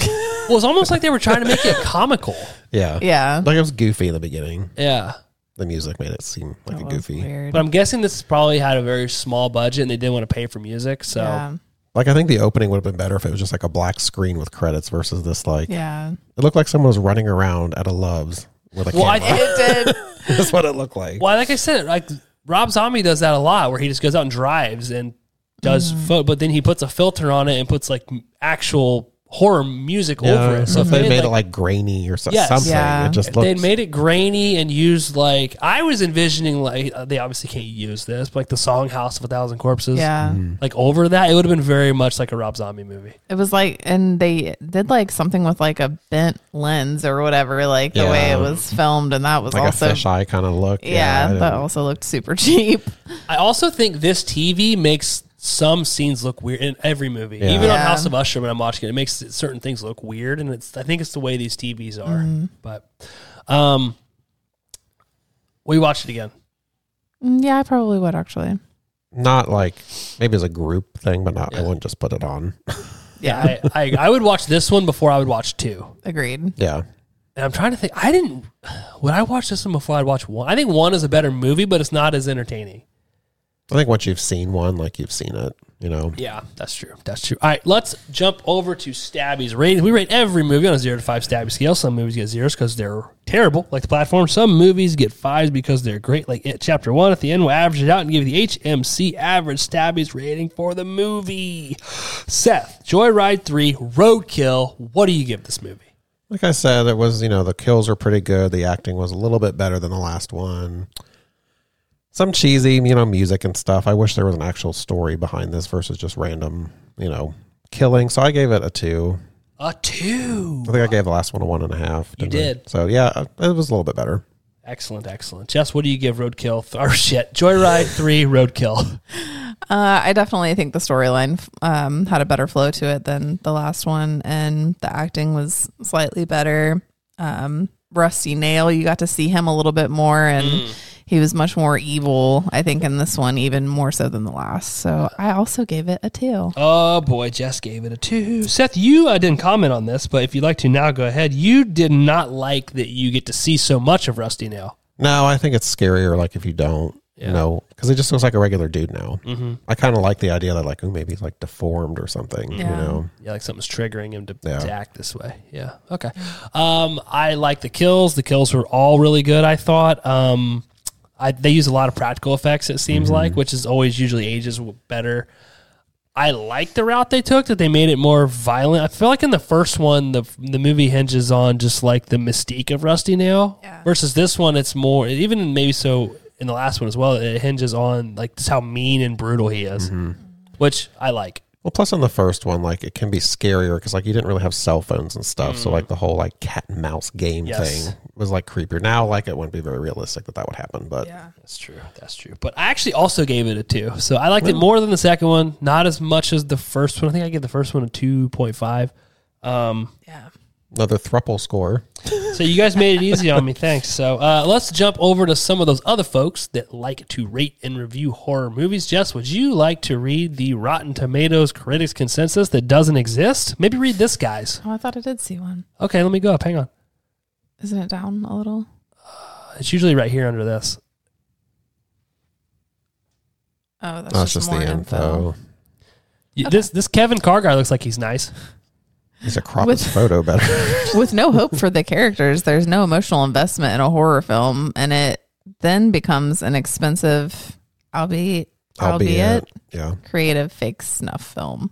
Speaker 2: Well, it was almost like they were trying to make it comical.
Speaker 6: yeah,
Speaker 5: Yeah,
Speaker 6: like it was goofy in the beginning.
Speaker 2: Yeah,
Speaker 6: The music made it seem like a
Speaker 5: That was
Speaker 6: goofy.
Speaker 5: Weird.
Speaker 2: but I'm guessing this probably had a very small budget and they didn't want to pay for music. So
Speaker 5: yeah,
Speaker 6: Like I think the opening would have been better if it was just like a black screen with credits versus this like
Speaker 5: yeah.
Speaker 6: it looked like someone was running around at a Love's with a
Speaker 2: Well, I-
Speaker 6: camera.
Speaker 5: It did.
Speaker 6: That's what it looked like.
Speaker 2: Well, like I said, like Rob Zombie does that a lot, where he just goes out and drives and does
Speaker 6: Mm.
Speaker 2: photo, but then he puts a filter on it and puts like m- actual horror music
Speaker 6: Yeah,
Speaker 2: over it.
Speaker 6: So if
Speaker 2: they
Speaker 6: they made it like grainy or so,
Speaker 2: Yes.
Speaker 6: something,
Speaker 5: Yeah.
Speaker 6: it just
Speaker 2: if they
Speaker 6: looked.
Speaker 2: made it grainy and used like I was envisioning, like uh, they obviously can't use this, but like the song "House of a Thousand Corpses,"
Speaker 5: Yeah,
Speaker 6: mm.
Speaker 2: Mm. like over that, it would have been very much like a Rob Zombie movie.
Speaker 5: it was like, and they did like something with like a bent lens or whatever, like the way
Speaker 6: Yeah.
Speaker 5: it was filmed, and that was
Speaker 6: like
Speaker 5: also
Speaker 6: a fisheye kind of look.
Speaker 5: yeah,
Speaker 6: I
Speaker 5: that
Speaker 6: didn't-
Speaker 5: also looked super cheap.
Speaker 2: I also think this TV makes some scenes look weird in every movie,
Speaker 6: Yeah.
Speaker 2: even on
Speaker 5: Yeah.
Speaker 2: House of Usher. When I'm watching it, it makes certain things look weird, and it's I think it's the way these TVs are.
Speaker 5: Mm-hmm.
Speaker 2: But um, we watched it again.
Speaker 5: Mm, Yeah, I probably would actually.
Speaker 6: not like maybe as a group thing, but not
Speaker 2: Yeah.
Speaker 6: I wouldn't just put it on.
Speaker 2: Yeah, I, I I would watch this one before I would watch two.
Speaker 5: Agreed.
Speaker 6: Yeah.
Speaker 2: And I'm trying to think. I didn't. Would I watch this one before I'd watch one? I think one is a better movie, but it's not as entertaining.
Speaker 6: I think once you've seen one, like you've seen it, you know.
Speaker 2: Yeah, that's true. That's true. All right, let's jump over to Stabby's rating. We rate every movie on a zero to five Stabby scale. Some movies get zeros because they're terrible, like the platform. Some movies get fives because they're great, like it. Chapter one. At the end, we'll average it out and give you the HMC average Stabby's rating for the movie. Seth, Joyride three, Roadkill. What do you give this movie?
Speaker 6: Like I said, it was, you know, the kills were pretty good. The acting was a little bit better than the last one. Some cheesy, you know, music and stuff. I wish there was an actual story behind this versus just random, you know, killing. So I gave it a two.
Speaker 2: A two.
Speaker 6: I think I gave the last one a one and a half.
Speaker 2: You
Speaker 6: didn't I?
Speaker 2: did.
Speaker 6: So yeah, it was a little bit better.
Speaker 2: Excellent, excellent. Jess, what do you give Roadkill? Th- or shit, Joyride three, Roadkill.
Speaker 5: Uh, I definitely think the storyline f- um, had a better flow to it than the last one, and the acting was slightly better. Um, Rusty Nail, you got to see him a little bit more, and
Speaker 6: Mm.
Speaker 5: he was much more evil, I think, in this one, even more so than the last. So I also gave it a two.
Speaker 2: Oh boy, Jess gave it a two. Seth, you uh, didn't comment on this, but if you'd like to now, go ahead. You did not like that you get to see so much of Rusty Nail.
Speaker 6: No, I think it's scarier, like if you don't
Speaker 2: Yeah. Mm-hmm.
Speaker 6: know, because he just looks like a regular dude now. I kind of like the idea that like, oh, maybe he's like deformed or something. You
Speaker 5: Yeah.
Speaker 6: know,
Speaker 2: Yeah, like something's triggering him to,
Speaker 6: Yeah.
Speaker 2: to act this way. Yeah. Okay. Um, I like the kills. The kills were all really good. I thought. Um, I they use a lot of practical effects. It seems like, which is always usually ages w- better. I like the route they took that they made it more violent. I feel like in the first one, the the movie hinges on just like the mystique of Rusty Nail
Speaker 3: Yeah.
Speaker 2: versus this one. It's more even maybe so in the last one as well. It hinges on like just how mean and brutal he is, which I like.
Speaker 6: Well, plus on the first one, like it can be scarier because like you didn't really have cell phones and stuff, so like the whole like cat and mouse game
Speaker 2: Mm. Yes.
Speaker 6: thing was like creepier. Now, like it wouldn't be very realistic that that would happen, but
Speaker 5: Yeah.
Speaker 2: That's true. That's true. But I actually also gave it a two. So I liked it more than the second one, not as much as the first one. I think I gave the first one a 2.5. Um,
Speaker 3: Yeah.
Speaker 6: another thruple score.
Speaker 2: so you guys made it easy on me. Thanks. So uh, let's jump over to some of those other folks that like to rate and review horror movies. Jess, would you like to read the Rotten Tomatoes critics consensus that doesn't exist? Maybe read this, guys.
Speaker 5: Oh, I thought I did see one.
Speaker 2: Okay, let me go up. Hang on.
Speaker 5: Isn't it down a little?
Speaker 2: It's usually right here under this.
Speaker 5: Oh, that's,
Speaker 6: That's just, the info.
Speaker 2: Y- This this Kevin Carr guy looks like he's nice.
Speaker 6: He's a crop
Speaker 5: With-
Speaker 6: his photo better.
Speaker 5: With no hope for the characters, there's no emotional investment in a horror film, and it then becomes an expensive, albeit, albeit
Speaker 6: Yeah.
Speaker 5: creative fake snuff film.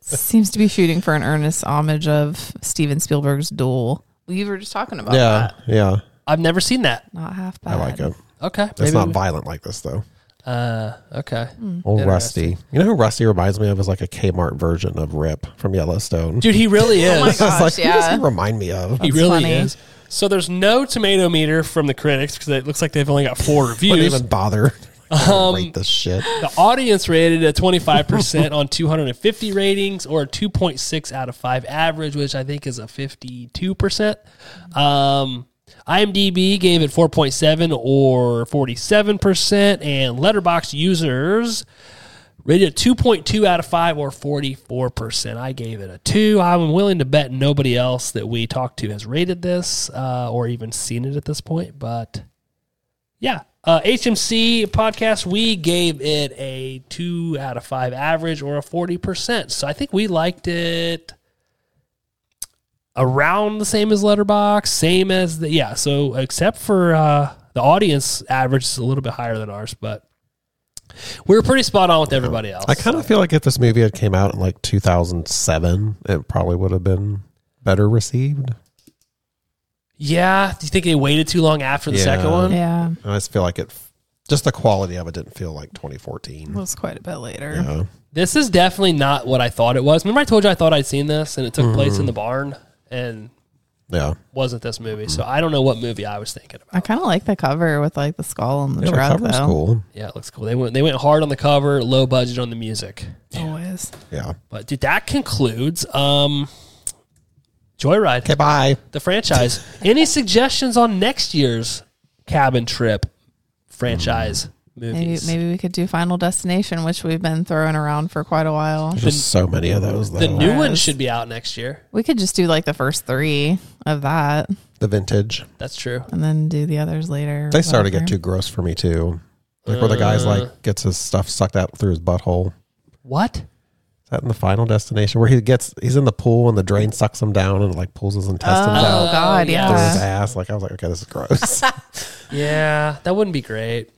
Speaker 5: Seems to be shooting for an earnest homage of Steven Spielberg's Duel. We were just talking about
Speaker 6: yeah.
Speaker 5: that.
Speaker 6: Yeah.
Speaker 2: I've never seen that.
Speaker 5: Not half bad.
Speaker 6: I like it.
Speaker 2: Okay,
Speaker 6: It's
Speaker 2: maybe
Speaker 6: not
Speaker 2: we-
Speaker 6: violent like this though.
Speaker 2: Uh, okay.
Speaker 6: Old Rusty. You know who Rusty reminds me of is like a Kmart version of Rip from Yellowstone.
Speaker 2: Dude, he really is.
Speaker 6: It's like, who does
Speaker 5: yeah.
Speaker 6: he remind me of?
Speaker 2: he really
Speaker 5: funny.
Speaker 2: is. So there's no tomato meter from the critics because it looks like they've only got four
Speaker 6: Wouldn't
Speaker 2: reviews.
Speaker 6: even bother. Um, rate this shit.
Speaker 2: the audience rated a 25% on 250 ratings or a 2.6 out of 5 average, which I think is a 52%. Um, IMDb gave it 4.7 or 47%, and Letterbox users rated it 2.2 out of 5 or 44%. I gave it a 2. I'm willing to bet nobody else that we talked to has rated this uh, or even seen it at this point, but. Yeah. Uh, HMC podcast, we gave it a two out of five average or a 40%. So I think we liked it around the same as Letterbox, same as the, yeah. So except for uh, the audience average is a little bit higher than ours, but we were pretty spot on with everybody else.
Speaker 6: I kind of feel like if this movie had came out in like 2007, it probably would have been better received.
Speaker 2: yeah. Do you think they waited too long after the
Speaker 6: Yeah.
Speaker 2: second one?
Speaker 5: Yeah,
Speaker 6: I just feel like it, just the quality of it didn't feel like 2014.
Speaker 5: it was quite a bit later.
Speaker 6: Yeah.
Speaker 2: This is definitely not what I thought it was. Remember, I told you I thought I'd seen this and it
Speaker 6: Mm-hmm.
Speaker 2: took place in the barn and
Speaker 6: Yeah.
Speaker 2: wasn't this movie. So I don't know what movie I was thinking about.
Speaker 5: I kind of like the cover with like the skull and the
Speaker 6: Yeah, the
Speaker 5: truck
Speaker 6: cover's
Speaker 5: though.
Speaker 6: cool.
Speaker 2: Yeah, it looks cool. They went they went hard on the cover, low budget on the music.
Speaker 5: Always.
Speaker 6: Yeah.
Speaker 2: But dude, that concludes um Joyride,
Speaker 6: Okay, bye.
Speaker 2: the franchise. Any suggestions on next year's cabin trip franchise
Speaker 5: Maybe
Speaker 2: movies?
Speaker 5: maybe we could do Final Destination, which we've been throwing around for quite a while.
Speaker 6: There's just so many of those. Though.
Speaker 2: the new one
Speaker 5: Yes.
Speaker 2: should be out next year.
Speaker 5: We could just do like the first three of that,
Speaker 6: the vintage.
Speaker 2: That's true.
Speaker 5: and then do the others later.
Speaker 6: They started to get
Speaker 5: whatever.
Speaker 6: too gross for me too. Like where the guy's
Speaker 2: Uh.
Speaker 6: like gets his stuff sucked out through his butthole.
Speaker 2: What?
Speaker 6: Is that in the final destination where he gets he's in the pool and the drain sucks him down and like pulls his intestines
Speaker 5: Oh
Speaker 6: out
Speaker 5: God,
Speaker 2: yeah.
Speaker 5: yeah.
Speaker 6: through his ass? Like I was like, okay, this is gross.
Speaker 2: Yeah, that wouldn't be great.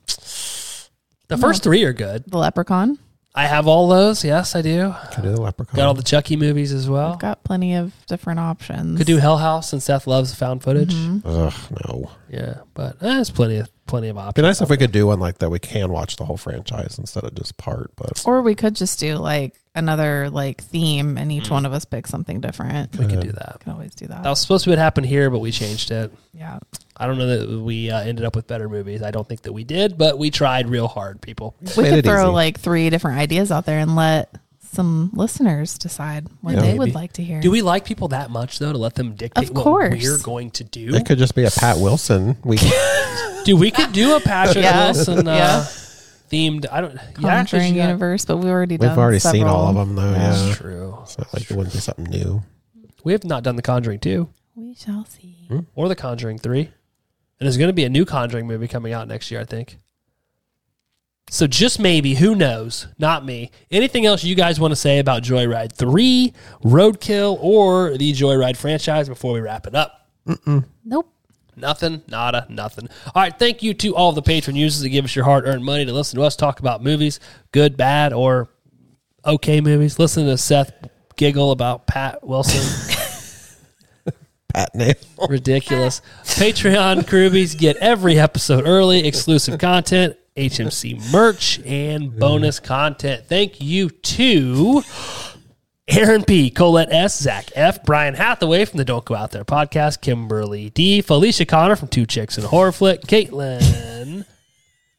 Speaker 2: The first three are good.
Speaker 5: The Leprechaun.
Speaker 2: I have all those. Yes, I do.
Speaker 6: Can I do the leprechaun.
Speaker 2: Got all the Chucky movies as well.
Speaker 5: We've got plenty of different options.
Speaker 2: Oh. Could do Hell House and Seth loves found footage.
Speaker 5: Mm-hmm.
Speaker 6: Ugh, no.
Speaker 2: Yeah, but eh, there's plenty of plenty of
Speaker 6: It'd be
Speaker 2: options.
Speaker 6: nice if we could do one like that. We can watch the whole franchise instead of just part, but
Speaker 5: or we could just do like another like theme, and each one of us pick something different.
Speaker 2: We Mm. could do that.
Speaker 5: Can always do that.
Speaker 2: That was supposed to be what happened here, but we changed it.
Speaker 5: yeah.
Speaker 2: I don't know that we uh, ended up with better movies. I don't think that we did, but we tried real hard, people.
Speaker 5: We
Speaker 6: Made
Speaker 5: could
Speaker 6: it
Speaker 5: throw
Speaker 6: easy.
Speaker 5: like three different ideas out there and let some listeners decide what
Speaker 6: Yeah.
Speaker 5: they
Speaker 2: Maybe.
Speaker 5: would like to hear.
Speaker 2: Do we like people that much though to let them dictate
Speaker 5: Of
Speaker 2: what
Speaker 5: course.
Speaker 2: we're going to do?
Speaker 6: it could just be a Pat Wilson. We
Speaker 2: Dude, we could do a Patrick
Speaker 5: Yeah.
Speaker 2: Wilson uh,
Speaker 5: Yeah.
Speaker 2: themed. I don't. Yeah, actually,
Speaker 5: Conjuring
Speaker 2: yeah.
Speaker 5: universe? But we've already
Speaker 6: we've
Speaker 5: done
Speaker 6: already seen
Speaker 5: several.
Speaker 6: all of them though. Yeah,
Speaker 2: That's true.
Speaker 6: it's not like it wouldn't be something new.
Speaker 2: We have not done the Conjuring two
Speaker 5: We shall see.
Speaker 2: or the Conjuring three, and there's going to be a new Conjuring movie coming out next year. I think. So just maybe, who knows? Not me. Anything else you guys want to say about Joyride 3, Roadkill, or the Joyride franchise before we wrap it up?
Speaker 5: Nope.
Speaker 2: Nothing, nada, nothing. All right, thank you to all the patron users that give us your hard earned money to listen to us talk about movies, good, bad, or okay movies. Listen to Seth giggle about Pat Wilson.
Speaker 6: Pat Nail.
Speaker 2: Ridiculous. Patreon Krubies get every episode early, exclusive content, HMC merch, and bonus content. Thank you to. Aaron P., Colette S., Zach F., Brian Hathaway from the Don't Go Out There podcast, Kimberly D., Felicia Connor from Two Chicks and a Horror Flick, Caitlin,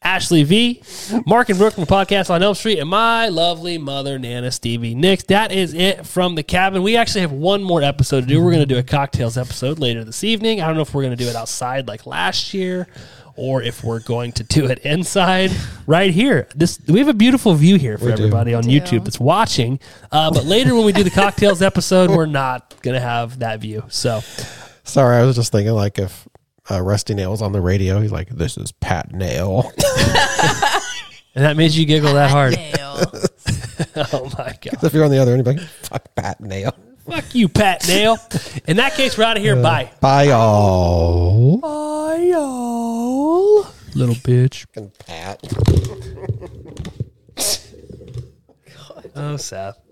Speaker 2: Ashley V., Mark and Brooke from the podcast on Elm Street, and my lovely mother, Nana Stevie Nicks. That is it from the cabin. We actually have one more episode to do. We're going to do a cocktails episode later this evening. I don't know if we're going to do it outside like last year. Or if we're going to do it inside, right here. This we have a beautiful view here for
Speaker 6: We do.
Speaker 2: everybody on
Speaker 3: do.
Speaker 2: YouTube that's watching. Uh, but later when we do the cocktails episode, we're not gonna have that view. So
Speaker 6: Sorry, I was just thinking like if uh, Rusty Nail was on the radio, he's like, "This is Pat Nail."
Speaker 2: and that made you giggle that hard.
Speaker 3: Nail.
Speaker 2: Oh my god!
Speaker 6: if you're on the other end, you'd be like, "Fuck Pat Nail."
Speaker 2: Fuck you, Pat Nail. In that case, we're out of here. Bye.
Speaker 6: Bye, y'all.
Speaker 2: Bye, y'all. Little bitch.
Speaker 6: Fucking Pat.
Speaker 2: Oh, Seth.